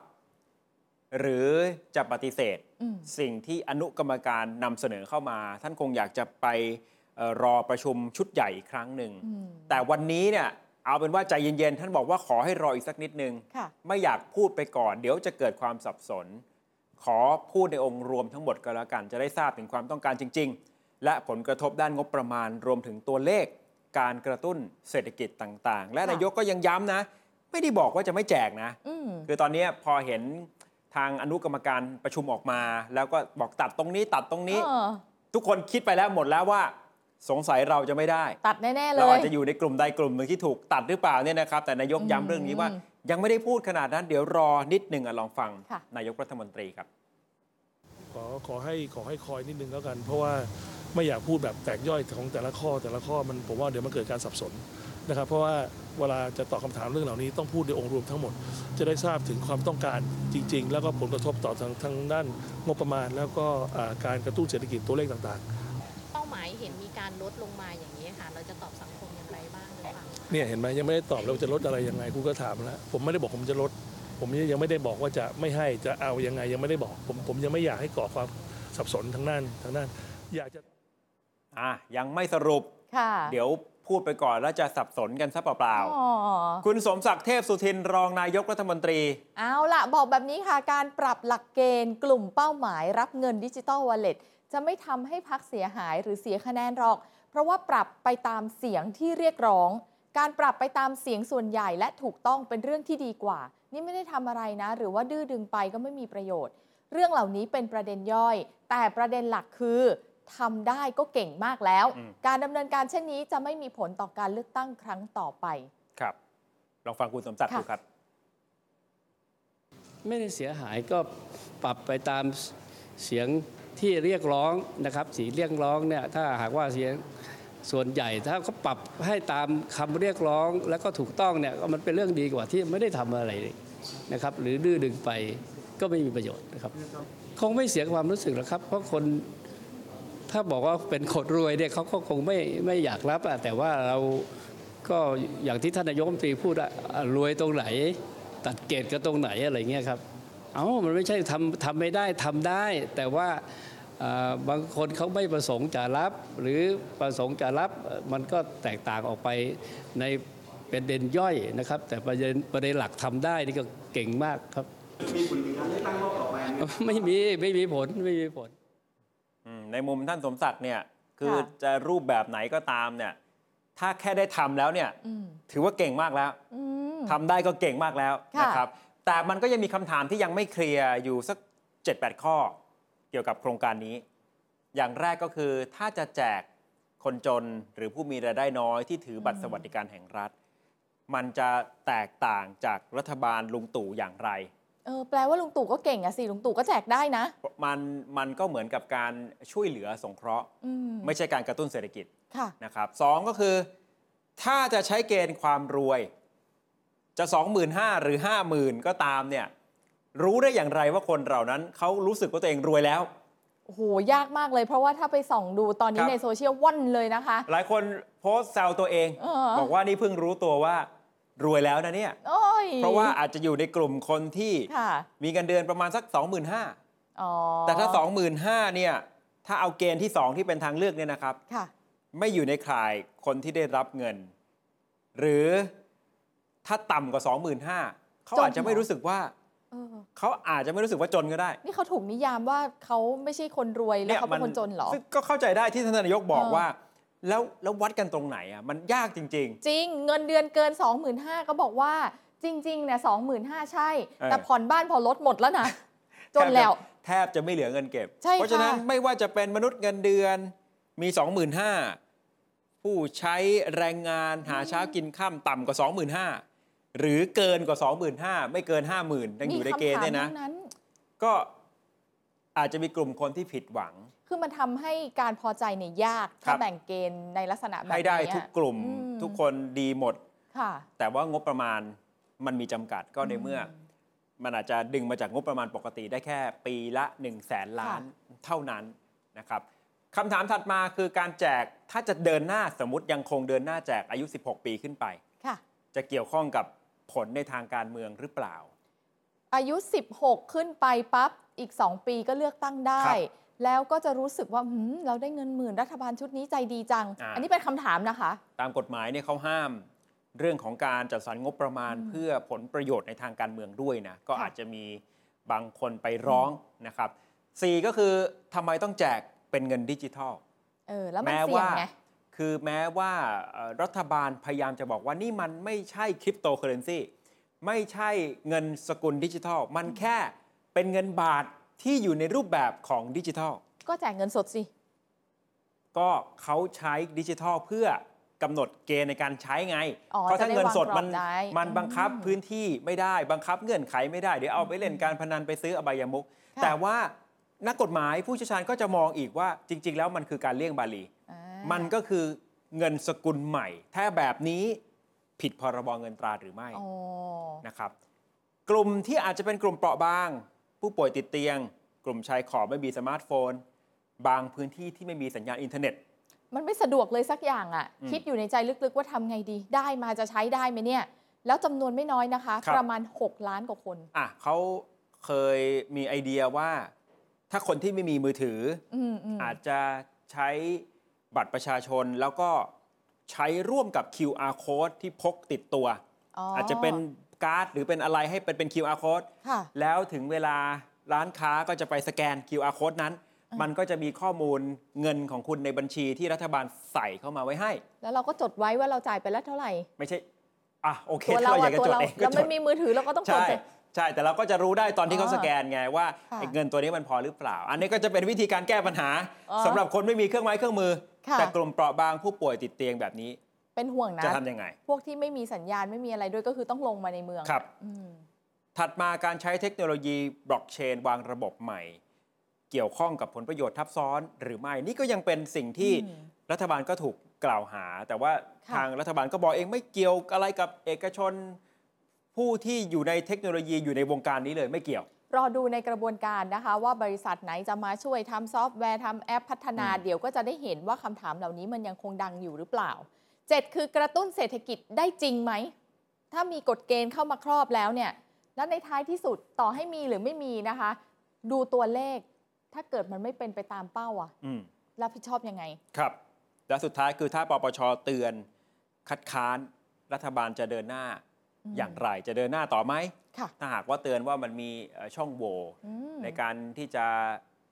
Speaker 2: หรือจะปฏิเสธ
Speaker 3: อืม
Speaker 2: สิ่งที่อนุกรรมการนำเสนอเข้ามา ท่านคงอยากจะไปเอ่อรอประชุมชุดใหญ่อีกครั้งหนึ่ง
Speaker 3: อืม
Speaker 2: แต่วันนี้เนี่ยเอาเป็นว่าใจเย็น ๆ ท่านบอกว่าขอให้รออีกสักนิดนึง
Speaker 3: ค่ะ
Speaker 2: ไม่อยากพูดไปก่อน เดี๋ยวจะเกิดความสับสน ขอพูดในองค์รวมทั้งหมดก็แล้วกัน จะได้ทราบถึงความต้องการจริง ๆ และผลกระทบด้านงบประมาณรวมถึงตัวเลข การกระตุ้นเศรษฐกิจต่างๆ และ
Speaker 3: ค่ะ
Speaker 2: นายกก็ยังย้ำนะ ไม่ได้บอกว่าจะไม่แจกนะ
Speaker 3: อืม
Speaker 2: คือตอนเนี้ยพอเห็นทางอนุกรรมการประชุมออกมา แล้วก็บอกตัดตรงนี้ตัดตรงนี้
Speaker 3: เออ
Speaker 2: ทุกคนคิดไปแล้วหมดแล้วว่า สงสัยเราจะไม่ได้
Speaker 3: ตัดแน่ ๆ เล
Speaker 2: เรา
Speaker 3: ย
Speaker 2: อาจจะอยู่ในกลุ่มใดกลุ่มหนึ่งที่ถูกตัดหรือเปล่าเนี่ยนะครับแต่นายก
Speaker 3: อืม
Speaker 2: ย้ำเรื่องนี้ว่า ยังไม่ได้พูดขนาดนั้นเดี๋ยวรอนิดหนึ่งอะลองฟัง
Speaker 3: ค่ะ
Speaker 2: นายกรัฐมนตรีครับ
Speaker 5: ขอขอให้ขอให้คอยนิดนึงแล้วกัน เพราะว่าไม่อยากพูดแบบแตกย่อยของแต่ละข้อแต่ละข้อมันผมว่าเดี๋ยวมันเกิดการสับสนนะครับ เพราะว่าเวลาจะตอบคำถามเรื่องเหล่านี้ต้องพูดในองค์รวมทั้งหมด จะได้ทราบถึงความต้องการจริง ๆ แล้วก็ผลกระทบต่อทางทางด้านงบประมาณ แล้วก็อ่าการกระตุ้นเศรษฐกิจตัวเลขต่างๆ
Speaker 6: เป้าหมายเห็นมีการลดลงมาอย่างนี้ค่ะ เราจะตอบสังคมอย่างไรบ้างหรือเปล่า
Speaker 5: เนี่ยเห็นไหมยังไม่ได้ตอบเลยว่าจะลดอะไรยังไงคุณก็ถามแล้วผมไม่ได้บอกผมจะลด ผมยังไม่ได้บอกว่าจะไม่ให้จะเอายังไงยังไม่ได้บอก ผมผมยังไม่อยากให้ก่อความสับสนทางด้านทางด้านอยากจะ
Speaker 2: อ่ะยังไม่สรุป
Speaker 3: ค่ะ
Speaker 2: เดี๋ยวพูดไปก่อนแล้วจะสับสนกันซะเปล่า
Speaker 3: อ๋อ
Speaker 2: ๆคุณสมศักดิ์เทพสุทินรองนายกรัฐมนตรี
Speaker 3: เอาล่ะ บอกแบบนี้ค่ะ การปรับหลักเกณฑ์กลุ่มเป้าหมายรับเงินดิจิ t a ลวอลเล็ตจะไม่ทำให้พักเสียหายหรือเสียคะแนนหรอก เพราะว่าปรับไปตามเสียงที่เรียกร้อง การปรับไปตามเสียงส่วนใหญ่และถูกต้องเป็นเรื่องที่ดีกว่า นี่ไม่ได้ทำอะไรนะ หรือว่าดื้อดึงไปก็ไม่มีประโยชน์ เรื่องเหล่านี้เป็นประเด็นย่อย แต่ประเด็นหลักคือทำได้ก็เก่งมากแล้ว
Speaker 2: อืม
Speaker 3: การดำเนินการเช่นนี้จะไม่มีผลต่อการเลือกตั้งครั้งต่อไป
Speaker 2: ครับลองฟังคุณสมศักดิ์
Speaker 3: ค่ะ
Speaker 2: ดูครับ
Speaker 7: ไม่ได้เสียหายก็ปรับไปตามเสียงที่เรียกร้องนะครับเสียงเรียกร้องเนี่ยถ้าหากว่าเสียงส่วนใหญ่ ถ้าเขาปรับให้ตามคำเรียกร้องแล้วก็ถูกต้องเนี่ยก็มันเป็นเรื่องดีกว่าที่ไม่ได้ทำอะไรเลยนะครับ หรือดื้อดึงไปก็ไม่มีประโยชน์นะครับคงไม่เสียความรู้สึกหรอกครับ เพราะคนถ้าบอกว่าเป็นคนรวยเนี่ยเขาก็คงไม่ไม่อยากรับอะแต่ว่าเราก็อย่างที่ท่านนายกรัฐมนตรีพูดอะอ่ะรวยตรงไหน ตัดเกรดกันตรงไหนอะไรเงี้ยครับ เอ้ามันไม่ใช่ทำทำไม่ได้ทำได้ แต่ว่าเอ่อบางคนเขาไม่ประสงค์จะรับ หรือประสงค์จะรับเอ่อมันก็แตกต่างออกไปในเป็นเด่นย่อยนะครับ แต่ประเด็นประเด็นหลักทำได้นี่ก็เก่งมากครับ ไม่มีไม่มีผลไม่มีผล
Speaker 2: อืมในมุมท่านสมศักดิ์เนี่ยคือ
Speaker 3: ค่ะ
Speaker 2: จะรูปแบบไหนก็ตามเนี่ยถ้าแค่ได้ทำแล้วเนี่ย
Speaker 3: อืม
Speaker 2: ถือว่าเก่งมากแล้ว
Speaker 3: อืม
Speaker 2: ทำได้ก็เก่งมากแล้ว
Speaker 3: ค่ะ
Speaker 2: นะครับ แต่มันก็ยังมีคำถามที่ยังไม่เคลียร์อยู่สัก 7-8 ข้อ เกี่ยวกับโครงการนี้ อย่างแรกก็คือถ้าจะแจกคนจนหรือผู้มีรายได้น้อยที่ถือบัตรสวัสดิการแห่งรัฐ มันจะแตกต่างจากรัฐบาลลุงตู่อย่างไร
Speaker 3: เออแปลว่าลุงตู่ก็เก่งอะสิลุงตู่ก็แจกได้นะ
Speaker 2: มันมันก็เหมือนกับการช่วยเหลือสงเคราะห์
Speaker 3: อืม
Speaker 2: ไม่ใช่การกระตุ้นเศรษฐกิจ
Speaker 3: ค่ะ
Speaker 2: นะครับสองก็คือถ้าจะใช้เกณฑ์ความรวย จะ 25,000หรือ 50,000 ก็ตามเนี่ยรู้ได้อย่างไรว่าคนเหล่านั้นเขารู้สึกว่าตัวเองรวยแล้ว
Speaker 3: โอ้โห ยากมากเลย เพราะว่าถ้าไปส่องดูตอนนี้
Speaker 2: ครับ
Speaker 3: ในโซเชียลว่อนเลยนะคะ
Speaker 2: หลายคนโพสต์แซวตัวเอง
Speaker 3: เออ
Speaker 2: บอกว่านี่เพิ่งรู้ตัวว่ารวยแล้วนะเนี่ย
Speaker 3: โอ้ย
Speaker 2: เพราะว่าอาจจะอยู่ในกลุ่มคนที่
Speaker 3: ค่ะ
Speaker 2: มีเงินเดือนประมาณสัก 25,000
Speaker 3: อ๋อ
Speaker 2: แต่ถ้า 25,000เนี่ยถ้าเอาเกณฑ์ที่ 2 ที่เป็นทางเลือกเนี่ยนะครับ
Speaker 3: ค่ะ
Speaker 2: ไม่อยู่ในข่ายคนที่ได้รับเงิน หรือถ้าต่ำกว่า 25,000เขาอาจจะไม่รู้สึกว่า
Speaker 3: เออ
Speaker 2: เขาอาจจะไม่รู้สึกว่าจนก็ได้
Speaker 3: นี่เขาถูกนิยามว่าเขาไม่ใช่คนรวยแล้วเขาเป็น
Speaker 2: มั
Speaker 3: คนจนเหรอ
Speaker 2: ซึ่งก็เข้าใจได้ที่ท่านนายกบอก
Speaker 3: เออ
Speaker 2: ว่า แล้วแล้ววัดกันตรงไหนอ่ะมันยากจริง
Speaker 3: จริง เงินเดือนเกิน 25,000ก็บอกว่าจริงๆเนี่ยสองหมใช่
Speaker 2: เออ
Speaker 3: แต่ผ่อนบ้านผ่อนรถหมดแล้วนะ
Speaker 2: ๆ
Speaker 3: จนแล้ว
Speaker 2: แทบจะไม่เหลือเงินเก็บ
Speaker 3: ใช่
Speaker 2: เพราะฉะนั้น
Speaker 3: ค่ะ
Speaker 2: ไม่ว่าจะเป็นมนุษย์เงินเดือนมี 25,000ผู้ใช้แรงงานหาเช้ากินข้ามต่ำกว่า 25,000 หรือเกินกว่า 25,000 ไม่เกิน 50,000ยังอยู่ในเกณฑ์เนี่ยนะ
Speaker 3: มีคำถามทั้งนั้น
Speaker 2: ก็อาจจะมีกลุ่มคนที่ผิดหวัง
Speaker 3: คือมันทำให้การพอใจเนี่ยยาก
Speaker 2: ครั
Speaker 3: ถ้า
Speaker 2: บ
Speaker 3: แบ่งเกณฑ์ในลักษณะแบบนี้
Speaker 2: ให้ได้ทุกกลุ่ม
Speaker 3: อืม
Speaker 2: ทุกคนดีหมด
Speaker 3: ค่ะ
Speaker 2: แต่ว่างบประมาณมันมีจำกัดก็ในเมื่อ
Speaker 3: อืม
Speaker 2: มันอาจจะดึงมาจากงบประมาณปกติได้แค่ปีละ1นึ่งแสนล้านเท่านั้นนะครับคำถามถัดมาคือการแจกถ้าจะเดินหน้าสมมติยังคงเดินหน้าแจกอายุ 16 ปีขึ้นไป
Speaker 3: ค่ะ
Speaker 2: จะเกี่ยวข้องกับผลในทางการเมืองหรือเปล่า
Speaker 3: อายุ 16 ขึ้นไปปั๊บ อีก 2 ปีก็เลือกตั้งได้
Speaker 2: ครับ
Speaker 3: แล้วก็จะรู้สึกว่าหืมเราได้เงินหมื่นรัฐบาลชุดนี้ใจดีจัง
Speaker 2: อ่า
Speaker 3: อันนี้เป็นคำถามนะคะ
Speaker 2: ตามกฎหมายเนี่ยเขาห้าม เรื่องของการจัดสรรงบประมาณ
Speaker 3: อืม
Speaker 2: เพื่อผลประโยชน์ในทางการเมืองด้วยนะ ก็
Speaker 3: ค่ะ
Speaker 2: อาจจะมีบางคนไปร้องนะครับสี่ก็คือทำไมต้องแจกเป็นเงินดิจิทัล
Speaker 3: เออ แล้วมันเสี่ยงไง
Speaker 2: คือแม้ว่าเอ่อรัฐบาลพยายามจะบอกว่านี่มันไม่ใช่คริปโตเคอเรนซีไม่ใช่เงินสกุลดิจิทัล มันแค่เป็นเงินบาทที่อยู่ในรูปแบบของดิจิทัล
Speaker 3: ก็แจกเงินสดสิ
Speaker 2: ก็เขาใช้ดิจิทัลเพื่อกำหนดเกณฑ์ในการใช้ไง
Speaker 3: อ๋อ
Speaker 2: เพราะถ้าเงินสดมัน
Speaker 3: จะได้วางกรอบได้
Speaker 2: มันบังคับ
Speaker 3: อืม
Speaker 2: พื้นที่ไม่ได้บังคับเงื่อนไขไม่ได้ เดี๋ยวเอาไปเล่นการพนันไปซื้ออบายมุก
Speaker 3: ค่ะ
Speaker 2: แต่ว่านักกฎหมายผู้เชี่ยวชาญก็จะมองอีกว่าจริง ๆ แล้วมันคือการเลี่ยงบาลี
Speaker 3: อ่า
Speaker 2: มันก็คือเงินสกุลใหม่ ถ้าแบบนี้ผิดพรบเงินตราหรือไม่
Speaker 3: อ๋อ
Speaker 2: นะครับ กลุ่มที่อาจจะเป็นกลุ่มเปราะบาง ผู้ป่วยติดเตียง กลุ่มชายขอบไม่มีสมาร์ทโฟน บางพื้นที่ที่ไม่มีสัญญาณอินเทอร์เน็ต
Speaker 3: มันไม่สะดวกเลยสักอย่างอะ่ะ
Speaker 2: อืม
Speaker 3: คิดอยู่ในใจลึกๆว่าทำไงดี ได้มาจะใช้ได้ไหมเนี่ย แล้วจำนวนไม่น้อยนะคะ
Speaker 2: ครับ
Speaker 3: ประมาณ 6 ล้านกว่าคน
Speaker 2: อ่ะเขาเคยมีไอเดียว่า ถ้าคนที่ไม่มีมือถือ
Speaker 3: อืมอื
Speaker 2: อ
Speaker 3: ม
Speaker 2: อาจจะใช้บัตรประชาชนแล้วก็ใช้ร่วมกับ QR code ที่พกติดตัว อาจจะเป็นการ์ดหรือเป็นอะไรให้เป็นเป็น QR code
Speaker 3: ค่ะ
Speaker 2: แล้วถึงเวลาร้านค้าก็จะไปสแกน QR code นั้น
Speaker 3: อ่ามั
Speaker 2: มันก็จะมีข้อมูลเงินของคุณในบัญชีที่รัฐบาลใส่เข้ามาไว้ให้
Speaker 3: แล้วเราก็จดไว้ว่าเราจ่ายไปแล้วเท่าไหร่
Speaker 2: ไม่ใช่ อ่ะ โอเค
Speaker 3: ตัว
Speaker 2: ถ้า
Speaker 3: เรา
Speaker 2: เราอ
Speaker 3: อะ
Speaker 2: ยากจะ
Speaker 3: ตัว
Speaker 2: จด
Speaker 3: เรา
Speaker 2: เองก็
Speaker 3: เรา
Speaker 2: จ
Speaker 3: ไม่
Speaker 2: ด
Speaker 3: มีมือถือเราก็ต้องจด
Speaker 2: ใช่
Speaker 3: สิ
Speaker 2: ใช่แต่เราก็จะรู้ได้ตอนที่เขา
Speaker 3: อ่า
Speaker 2: สแกนไงว่า
Speaker 3: ค่ะ
Speaker 2: ไอ้เงินตัวนี้มันพอหรือเปล่า อันนี้ก็จะเป็นวิธีการแก้ปัญหา
Speaker 3: อ๋อ
Speaker 2: สำหรับคนไม่มีเครื่องไม้เครื่องมือ
Speaker 3: ค่ะ
Speaker 2: แต่กลุ่มเปราะบางผู้ป่วยติดเตียงแบบนี้
Speaker 3: เป็นห่วงนะ
Speaker 2: จะทำยังไง
Speaker 3: พวกที่ไม่มีสัญญาณไม่มีอะไรด้วยก็คือต้องลงมาในเมือง
Speaker 2: ครับ
Speaker 3: อืม
Speaker 2: ถัดมาการใช้เทคโนโลยีบล็อกเชนวางระบบใหม่ เกี่ยวข้องกับผลประโยชน์ทับซ้อนหรือไม่นี่ก็ยังเป็นสิ่งที่
Speaker 3: อืม
Speaker 2: รัฐบาลก็ถูกกล่าวหา แต่ว่า
Speaker 3: ค่ะ
Speaker 2: ทางรัฐบาลก็บอกเองไม่เกี่ยวอะไรกับเอกชน ผู้ที่อยู่ในเทคโนโลยีอยู่ในวงการนี้เลยไม่เกี่ยว
Speaker 3: รอดูในกระบวนการนะคะ ว่าบริษัทไหนจะมาช่วยทำซอฟต์แวร์ทำแอปพัฒนา
Speaker 2: อืม
Speaker 3: เดี๋ยวก็จะได้เห็นว่าคำถามเหล่านี้มันยังคงดังอยู่หรือเปล่า 7 คือกระตุ้นเศรษฐกิจได้จริงไหม ถ้ามีกฎเกณฑ์เข้ามาครอบแล้วเนี่ย แล้วในท้ายที่สุดต่อให้มีหรือไม่มีนะคะ ดูตัวเลข ถ้าเกิดมันไม่เป็นไปตามเป้าอะ
Speaker 2: อืม
Speaker 3: รับผิดชอบยังไง
Speaker 2: ครับ และสุดท้ายคือถ้าปปชเตือนคัดค้านรัฐบาลจะเดินหน้า
Speaker 3: อืม
Speaker 2: อย่างไรจะเดินหน้าต่อไหม
Speaker 3: ค่ะ
Speaker 2: ถ้าหากว่าเตือนว่ามันมีเอ่อช่องโหว่
Speaker 3: อืม
Speaker 2: ในการที่จะ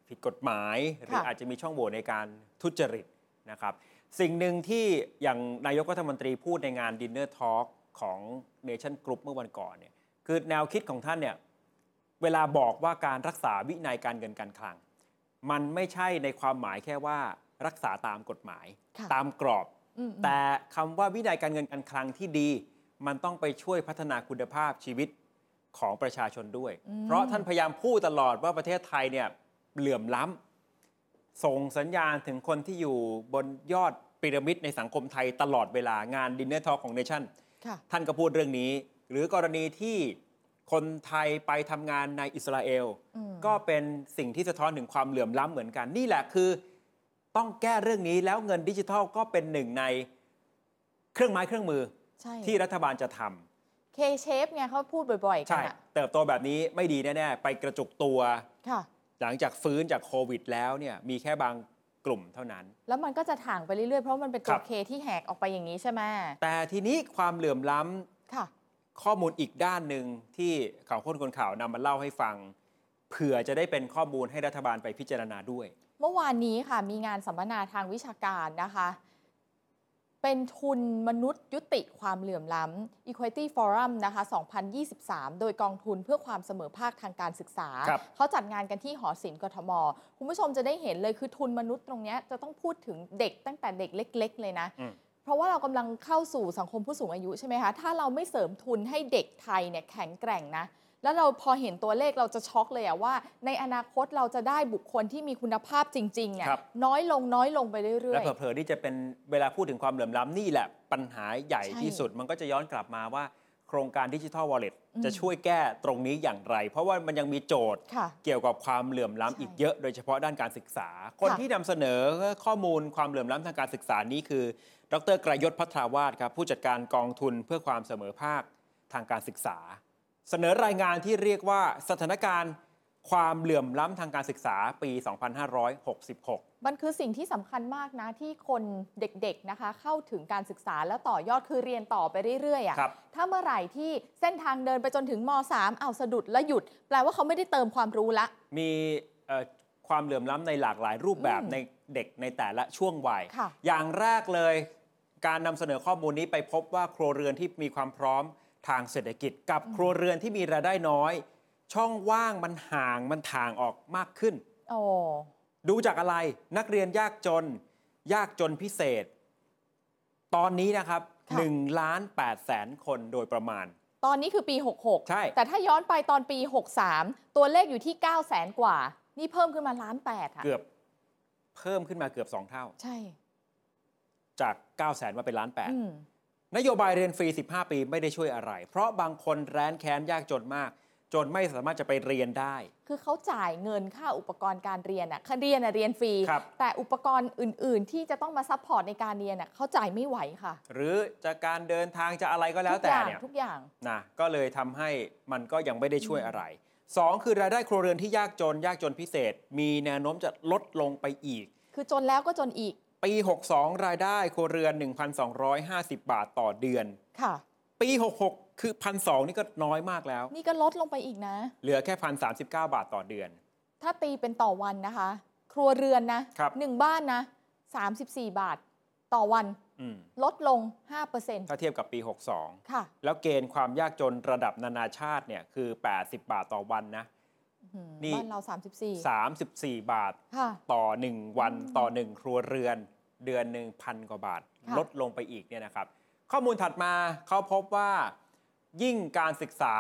Speaker 2: ผิดกฎหมาย หรือ
Speaker 3: ค่ะ
Speaker 2: อาจจะมีช่องโหว่ในการทุจริตนะครับ สิ่งหนึ่งที่อย่างนายกรัฐมนตรีพูดในงานดินเนอร์ทอล์กของเนชั่นกรุ๊ปเมื่อวันก่อนเนี่ยคือแนวคิดของท่านเนี่ยเวลาบอกว่าการรักษาวินัยการเงินการคลัง มันไม่ใช่ในความหมายแค่ว่ารักษาตามกฎหมาย
Speaker 3: ค่ะ
Speaker 2: ตามกรอบ
Speaker 3: อืมอืม
Speaker 2: แต่คำว่าวินัยการเงินการคลังที่ดี มันต้องไปช่วยพัฒนาคุณภาพชีวิตของประชาชนด้วย
Speaker 3: อืม
Speaker 2: เพราะท่านพยายามพูดตลอดว่าประเทศไทยเนี่ยเหลื่อมล้ำส่งสัญญาณถึงคนที่อยู่บนยอดพีระมิดในสังคมไทยตลอดเวลางานดินเนอร์ทอของเนชั่น
Speaker 3: ค่ะ
Speaker 2: ท่านก็พูดเรื่องนี้ หรือกรณีที่คนไทยไปทำงานในอิสราเอล
Speaker 3: อืม
Speaker 2: ก็เป็นสิ่งที่สะท้อนถึงความเหลื่อมล้ำเหมือนกัน นี่แหละคือต้องแก้เรื่องนี้แล้วเงินดิจิทัลก็เป็นหนึ่งในเครื่องไม้เครื่องมือ
Speaker 3: ใช่
Speaker 2: ที่รัฐบาลจะทำ
Speaker 3: เคเชฟไงเขาพูดบ่อยๆกั
Speaker 2: ใช่
Speaker 3: นอะ
Speaker 2: เติบโตแบบนี้ไม่ดีแน่ ๆ ไปกระจุกตัว
Speaker 3: ค่ะ
Speaker 2: หลังจากฟื้นจากโควิดแล้วเนี่ยมีแค่บางกลุ่มเท่านั้น
Speaker 3: แล้วมันก็จะถ่างไปเรื่อยๆ เพราะมันเป็นตั
Speaker 2: ครั
Speaker 3: ว
Speaker 2: บ
Speaker 3: เคที่แหกออกไปอย่างนี้ใช่ไหม
Speaker 2: แต่ทีนี้ความเหลื่อมล้ำ
Speaker 3: ค่ะ
Speaker 2: ข้อมูลอีกด้านหนึ่งที่ข่าวค้นคนข่าวนำมาเล่าให้ฟัง เผื่อจะได้เป็นข้อมูลให้รัฐบาลไปพิจารณาด้วย
Speaker 3: เมื่อวานนี้ค่ะ มีงานสัมมนาทางวิชาการนะคะ เป็นทุนมนุษย์ยุติความเหลื่อมล้ำ Equality Forum นะคะ 2023 โดยกองทุนเพื่อความเสมอภาคทางการศึกษา
Speaker 2: ครับ
Speaker 3: เขาจัดงานกันที่หอศิลป์กทม คุณผู้ชมจะได้เห็นเลยคือทุนมนุษย์ตรงเนี้ยจะต้องพูดถึงเด็กตั้งแต่เด็กเล็ก ๆ เลยนะ
Speaker 2: อืม
Speaker 3: เพ ราะว่าเรากำลังเข้าสู่สังคมผู้สูงอายุใช่ไหมคะ ถ้าเราไม่เสริมทุนให้เด็กไทยเนี่ยแข็งแกร่งนะ แล้วเราพอเห็นตัวเลขเราจะช็อกเลยอะว่า ในอนาคตเราจะได้บุคคลที่มีคุณภาพจริงๆเนี่ย
Speaker 2: ครับ
Speaker 3: น้อยลงน้อยลงไปเรื่อ
Speaker 2: และ
Speaker 3: ย
Speaker 2: เผลอๆนี่จะเป็นเวลาพูดถึงความเหลื่อมล้ำนี่แหละ ปัญหาใหญ่
Speaker 3: ใช่
Speaker 2: ที่สุด มันก็จะย้อนกลับมาว่า โครงการดิจิทัลวอลเล็ต
Speaker 3: อืม
Speaker 2: จะช่วยแก้ตรงนี้อย่างไร เพราะว่ามันยังมีโจทย์
Speaker 3: ๆ ค่ะ
Speaker 2: เกี่ยวกับความเหลื่อมล้ำ
Speaker 3: ใช่
Speaker 2: อีกเยอะโดยเฉพาะด้านการศึกษา คน
Speaker 3: ค่ะ
Speaker 2: ที่นำเสนอข้อมูลความเหลื่อมล้ำทางการศึกษานี้คือ ดรกรยศพัทราวาดครับ ผู้จัดการกองทุนเพื่อความเสมอภาคทางการศึกษา เสนอรายงานที่เรียกว่าสถานการณ์ ความเหลื่อมล้ำทางการศึกษาปี 2566
Speaker 3: มันคือสิ่งที่สำคัญมากนะที่คนเด็กๆนะคะ เข้าถึงการศึกษาแล้วต่อยอดคือเรียนต่อไปเรื่อยๆ
Speaker 2: ครั
Speaker 3: อะ่ะ
Speaker 2: บ
Speaker 3: ถ้าเมื่อไหร่ที่เส้นทางเดินไปจนถึงม .3 เอาสะดุดและหยุด แปลว่าเขาไม่ได้เติมความรู้ละ
Speaker 2: มีเอ่อความเหลื่อมล้ำในหลากหลายรูปแบบ
Speaker 3: อืม
Speaker 2: ในเด็กในแต่ละช่วงวัย
Speaker 3: ค่ะ
Speaker 2: อย่างแรกเลยการนำเสนอข้อมูลนี้ไปพบว่าครัวเรือนที่มีความพร้อมทางเศรษฐกิจ กับครัวเรือนที่มีรายได้น้อย ช่องว่างมันห่างมันถ่างออกมากขึ้น
Speaker 3: โอ้
Speaker 2: ดูจากอะไรนักเรียนยากจน ยากจนพิเศษ ตอนนี้นะครับ
Speaker 3: ค่ะ
Speaker 2: 1ล้าน8แสนคนโดยประมาณ
Speaker 3: ตอนนี้คือปี 66
Speaker 2: ใช่
Speaker 3: แต่ถ้าย้อนไปตอนปี 63 ตัวเลขอยู่ที่ 9 0 0แสนกว่า นี่เพิ่มขึ้นมาล้านแปดค่ะ
Speaker 2: เกือบเพิ่มขึ้นมาเกือบสองเท่า
Speaker 3: ใช่
Speaker 2: จาก9 0 0แสนมาเป็นล้านแปด
Speaker 3: อืม
Speaker 2: นโยบายเรียนฟรี 15 ปีไม่ได้ช่วยอะไร เพราะบางคนแร้นแค้นยากจนมาก จนไม่สามารถจะไปเรียนได้
Speaker 3: คือเขาจ่ายเงินค่าอุปกรณ์การเรียนอ่ะค่าเรียนอ่ะเรียนฟรี
Speaker 2: ครับ
Speaker 3: แต่อุปกรณ์อื่น ๆ ที่จะต้องมาซัพพอร์ตในการเรียนอ่ะเขาจ่ายไม่ไหวค่ะ
Speaker 2: หรือจากการเดินทางจะอะไรก็แล้วแต่เนี่ย
Speaker 3: ทุกอย่าง
Speaker 2: นะก็เลยทำให้มันก็ยังไม่ได้ช่วยอะไร 2 คือรายได้ครัวเรือนที่ยากจน ยากจนพิเศษ มีแนวโน้มจะลดลงไปอีก
Speaker 3: คือจนแล้วก็จนอีก
Speaker 2: ปี 62 รายได้ครัวเรือน 1,250 บาทต่อเดือน
Speaker 3: ค่ะ
Speaker 2: ปี 66 คือ1,200นี่ก็น้อยมากแล้ว
Speaker 3: นี่ก็ลดลงไปอีกนะ
Speaker 2: เหลือแค่1,039 บาทต่อเดือน
Speaker 3: ถ้าตีเป็นต่อวันนะคะ ครัวเรือนนะครับ หนึ่งบ้านนะ34 บาท ต่อวัน
Speaker 2: อืม
Speaker 3: ลดลง 5%
Speaker 2: ถ้าเทียบกับปี 62
Speaker 3: ค่ะ
Speaker 2: แล้วเกณฑ์ความยากจนระดับนานาชาติเนี่ยคือ 80 บาทต่อวันนะ
Speaker 3: อื้อหือ
Speaker 2: นี่
Speaker 3: บ้านเรา 34
Speaker 2: 34 บาท
Speaker 3: ค่ะ
Speaker 2: ต่อ 1 วันต่อ 1 ครัวเรือน เดือนหนึ่งพันกว่าบาท
Speaker 3: ค่ะ
Speaker 2: ลดลงไปอีกเนี่ยนะครับ ข้อมูลถัดมาเขาพบว่ายิ่งการศึกษา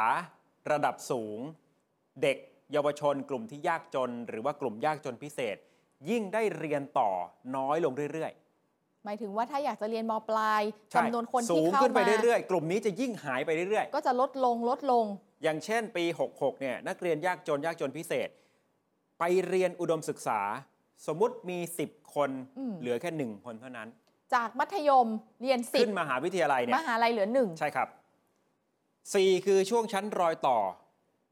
Speaker 2: ระดับสูง เด็กเยาวชนกลุ่มที่ยากจน หรือว่ากลุ่มยากจนพิเศษ ยิ่งได้เรียนต่อน้อยลงเรื่อย
Speaker 3: หมายถึงว่าถ้าอยากจะเรียนมปลาย
Speaker 2: ๆใช่
Speaker 3: จำนวนคน
Speaker 2: สู
Speaker 3: ที่
Speaker 2: ง
Speaker 3: เข้า
Speaker 2: ขึ้นไป
Speaker 3: มา
Speaker 2: เรื่อยๆ กลุ่มนี้จะยิ่งหายไปเรื่อยๆ
Speaker 3: ก็จะลดลงลดลง
Speaker 2: อย่างเช่นปี 66 เนี่ยนักเรียนยากจนยากจนพิเศษ ไปเรียนอุดมศึกษา สมมุติมี 10 คน
Speaker 3: อืม
Speaker 2: เหลือแค่ 1 คนเท่านั้น
Speaker 3: จากมัธยมเรียน
Speaker 2: ขึ้นมหาวิทยาลัย
Speaker 3: 10
Speaker 2: เนี่
Speaker 3: ม
Speaker 2: ย
Speaker 3: หาลัยเหลือหนึ่ง
Speaker 2: ใช่ครับ 4 คือช่วงชั้นรอยต่อ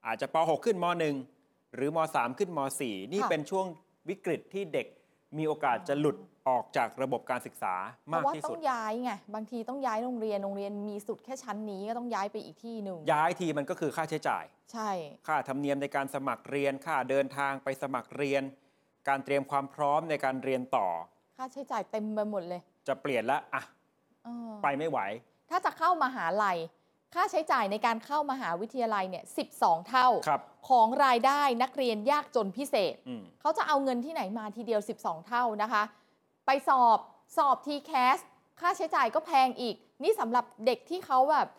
Speaker 2: อาจจะป .6 ขึ้นม .1 หรือม .3 ขึ้นม .4 นี่เป็นช่วงวิกฤตที่เด็กมีโอกาสจะหลุดออกจากระบบการศึกษา
Speaker 3: เพ
Speaker 2: มาก
Speaker 3: ราะว่า
Speaker 2: ที่
Speaker 3: ต้อ
Speaker 2: สุด
Speaker 3: งย้ายไงบางทีต้องย้ายโรงเรียนโรงเรียนมีสุดแค่ชั้นนี้ก็ต้องย้ายไปอีกที่หนึ่ง
Speaker 2: ย้ายทีมันก็คือค่าใช้จ่าย
Speaker 3: ใช่
Speaker 2: ค่าธรรมเนียมในการสมัครเรียน ค่าเดินทางไปสมัครเรียน การเตรียมความพร้อมในการเรียนต่อ
Speaker 3: ค่าใช้จ่ายเต็มไปหมดเลย
Speaker 2: จะเปลี่ยนละอ่ะ
Speaker 3: เออ
Speaker 2: ไปไม่ไหว
Speaker 3: ถ้าจะเข้ามหาลัย ค่าใช้จ่ายในการเข้ามหาวิทยาลัยเนี่ย12 เท่า
Speaker 2: ครับ
Speaker 3: ของรายได้นักเรียนยากจนพิเศษ
Speaker 2: อืม
Speaker 3: เขาจะเอาเงินที่ไหนมาทีเดียว 12 เท่านะคะ ไปสอบ สอบ t c a s สค่าใช้จ่ายก็แพงอีก นี่สำหรับเด็กที่เขาแบบ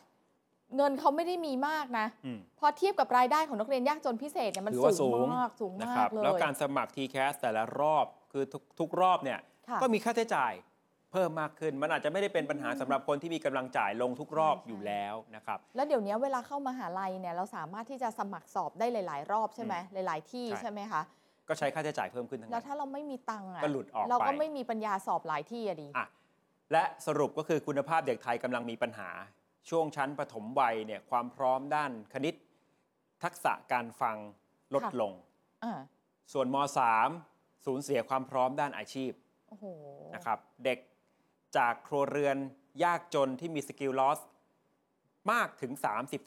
Speaker 3: เงินเขาไม่ได้มีมากนะ
Speaker 2: อืม
Speaker 3: พอเทียบกับรายได้ของนักเรียนยากจนพิเศษเนี่ยมัน
Speaker 2: ถือว่า
Speaker 3: สู
Speaker 2: สู
Speaker 3: ง
Speaker 2: ง
Speaker 3: มาก สูง
Speaker 2: นะ
Speaker 3: มา
Speaker 2: ครั
Speaker 3: ก
Speaker 2: บ
Speaker 3: เลย
Speaker 2: แล้วการสมัคร t c a s สแต่ละรอบคือทุกทุกรอบเนี่ย
Speaker 3: ค่ะ
Speaker 2: ก็มีค่าใช้จ่ายเพิ่มมากขึ้น มันอาจจะไม่ได้เป็นปัญหาสำหรับคนที่มีกำลังจ่ายลงทุกรอบอยู่แล้วนะครับ
Speaker 3: แล้วเดี๋ยวนี้เวลาเข้ามหาลัยเนี่ยเราสามารถที่จะสมัครสอบได้หลาย ๆ รอบใช่ไหมหลาย ๆ ที่
Speaker 2: ใช่
Speaker 3: ใช่ไหมคะ
Speaker 2: ก็ใช้ค่าใช้จ่ายเพิ่มขึ้นทั้ง
Speaker 3: แล้ว
Speaker 2: นั้น
Speaker 3: ถ้าเราไม่มีตังค์อะ
Speaker 2: ก็หลุดออก
Speaker 3: เราก็
Speaker 2: ไป
Speaker 3: ไม่มีปัญญาสอบหลายที่อะดิ
Speaker 2: อ่ะและสรุปก็คือคุณภาพเด็กไทยกำลังมีปัญหา ช่วงชั้นปฐมวัยเนี่ยความพร้อมด้านคณิต ทักษะการฟังลด
Speaker 3: ค่ะ
Speaker 2: ลง
Speaker 3: อ่า
Speaker 2: ส่วนม .3 สูญเสียความพร้อมด้านอาชีพ
Speaker 3: โอ้โห
Speaker 2: นะครับเด็กจากครัวเรือนยากจนที่มีสกิลลอสมากถึง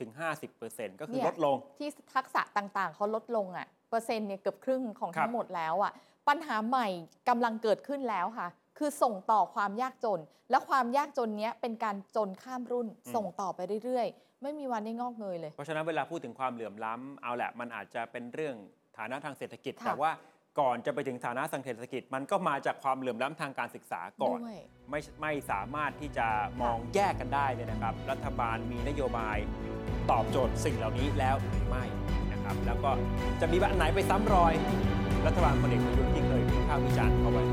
Speaker 2: 30-50%ก็คือ
Speaker 3: เนี่ย
Speaker 2: ลดลง
Speaker 3: ที่ทักษะต่างๆ เขาลดลงอะ่ะเปอร์เซ็นต์เนี่ยเกือบครึ่งของ
Speaker 2: ครับ
Speaker 3: ทั้งหมดแล้วอะ่ะปัญหาใหม่กำลังเกิดขึ้นแล้วค่ะ คือส่งต่อความยากจน และความยากจนเนี้ยเป็นการจนข้ามรุ่น
Speaker 2: อืม
Speaker 3: ส่งต่อไปเรื่อยๆ ไม่มีวันได้งอกเงยเลย
Speaker 2: เพราะฉะนั้นเวลาพูดถึงความเหลื่อมล้ำเอาแหละ มันอาจจะเป็นเรื่องฐานะทางเศรษฐกิจ
Speaker 3: ค่ะ
Speaker 2: แต่ว่า ก่อนจะไปถึงฐานะทางเศรษฐกิจ มันก็มาจากความเหลื่อมล้ำทางการศึกษาก่อน
Speaker 3: ด้วย
Speaker 2: ไม่ไม่สามารถที่จะมองแยกกันได้เลยนะครับ รัฐบาลมีนโยบายตอบโจทย์สิ่งเหล่านี้แล้วหรือไม่นะครับ แล้วก็จะมีแบบไหนไปซ้ำรอย รัฐบาลพลเอกประยุทธ์ที่เคยวิพากษ์วิจารณ์เอาไว้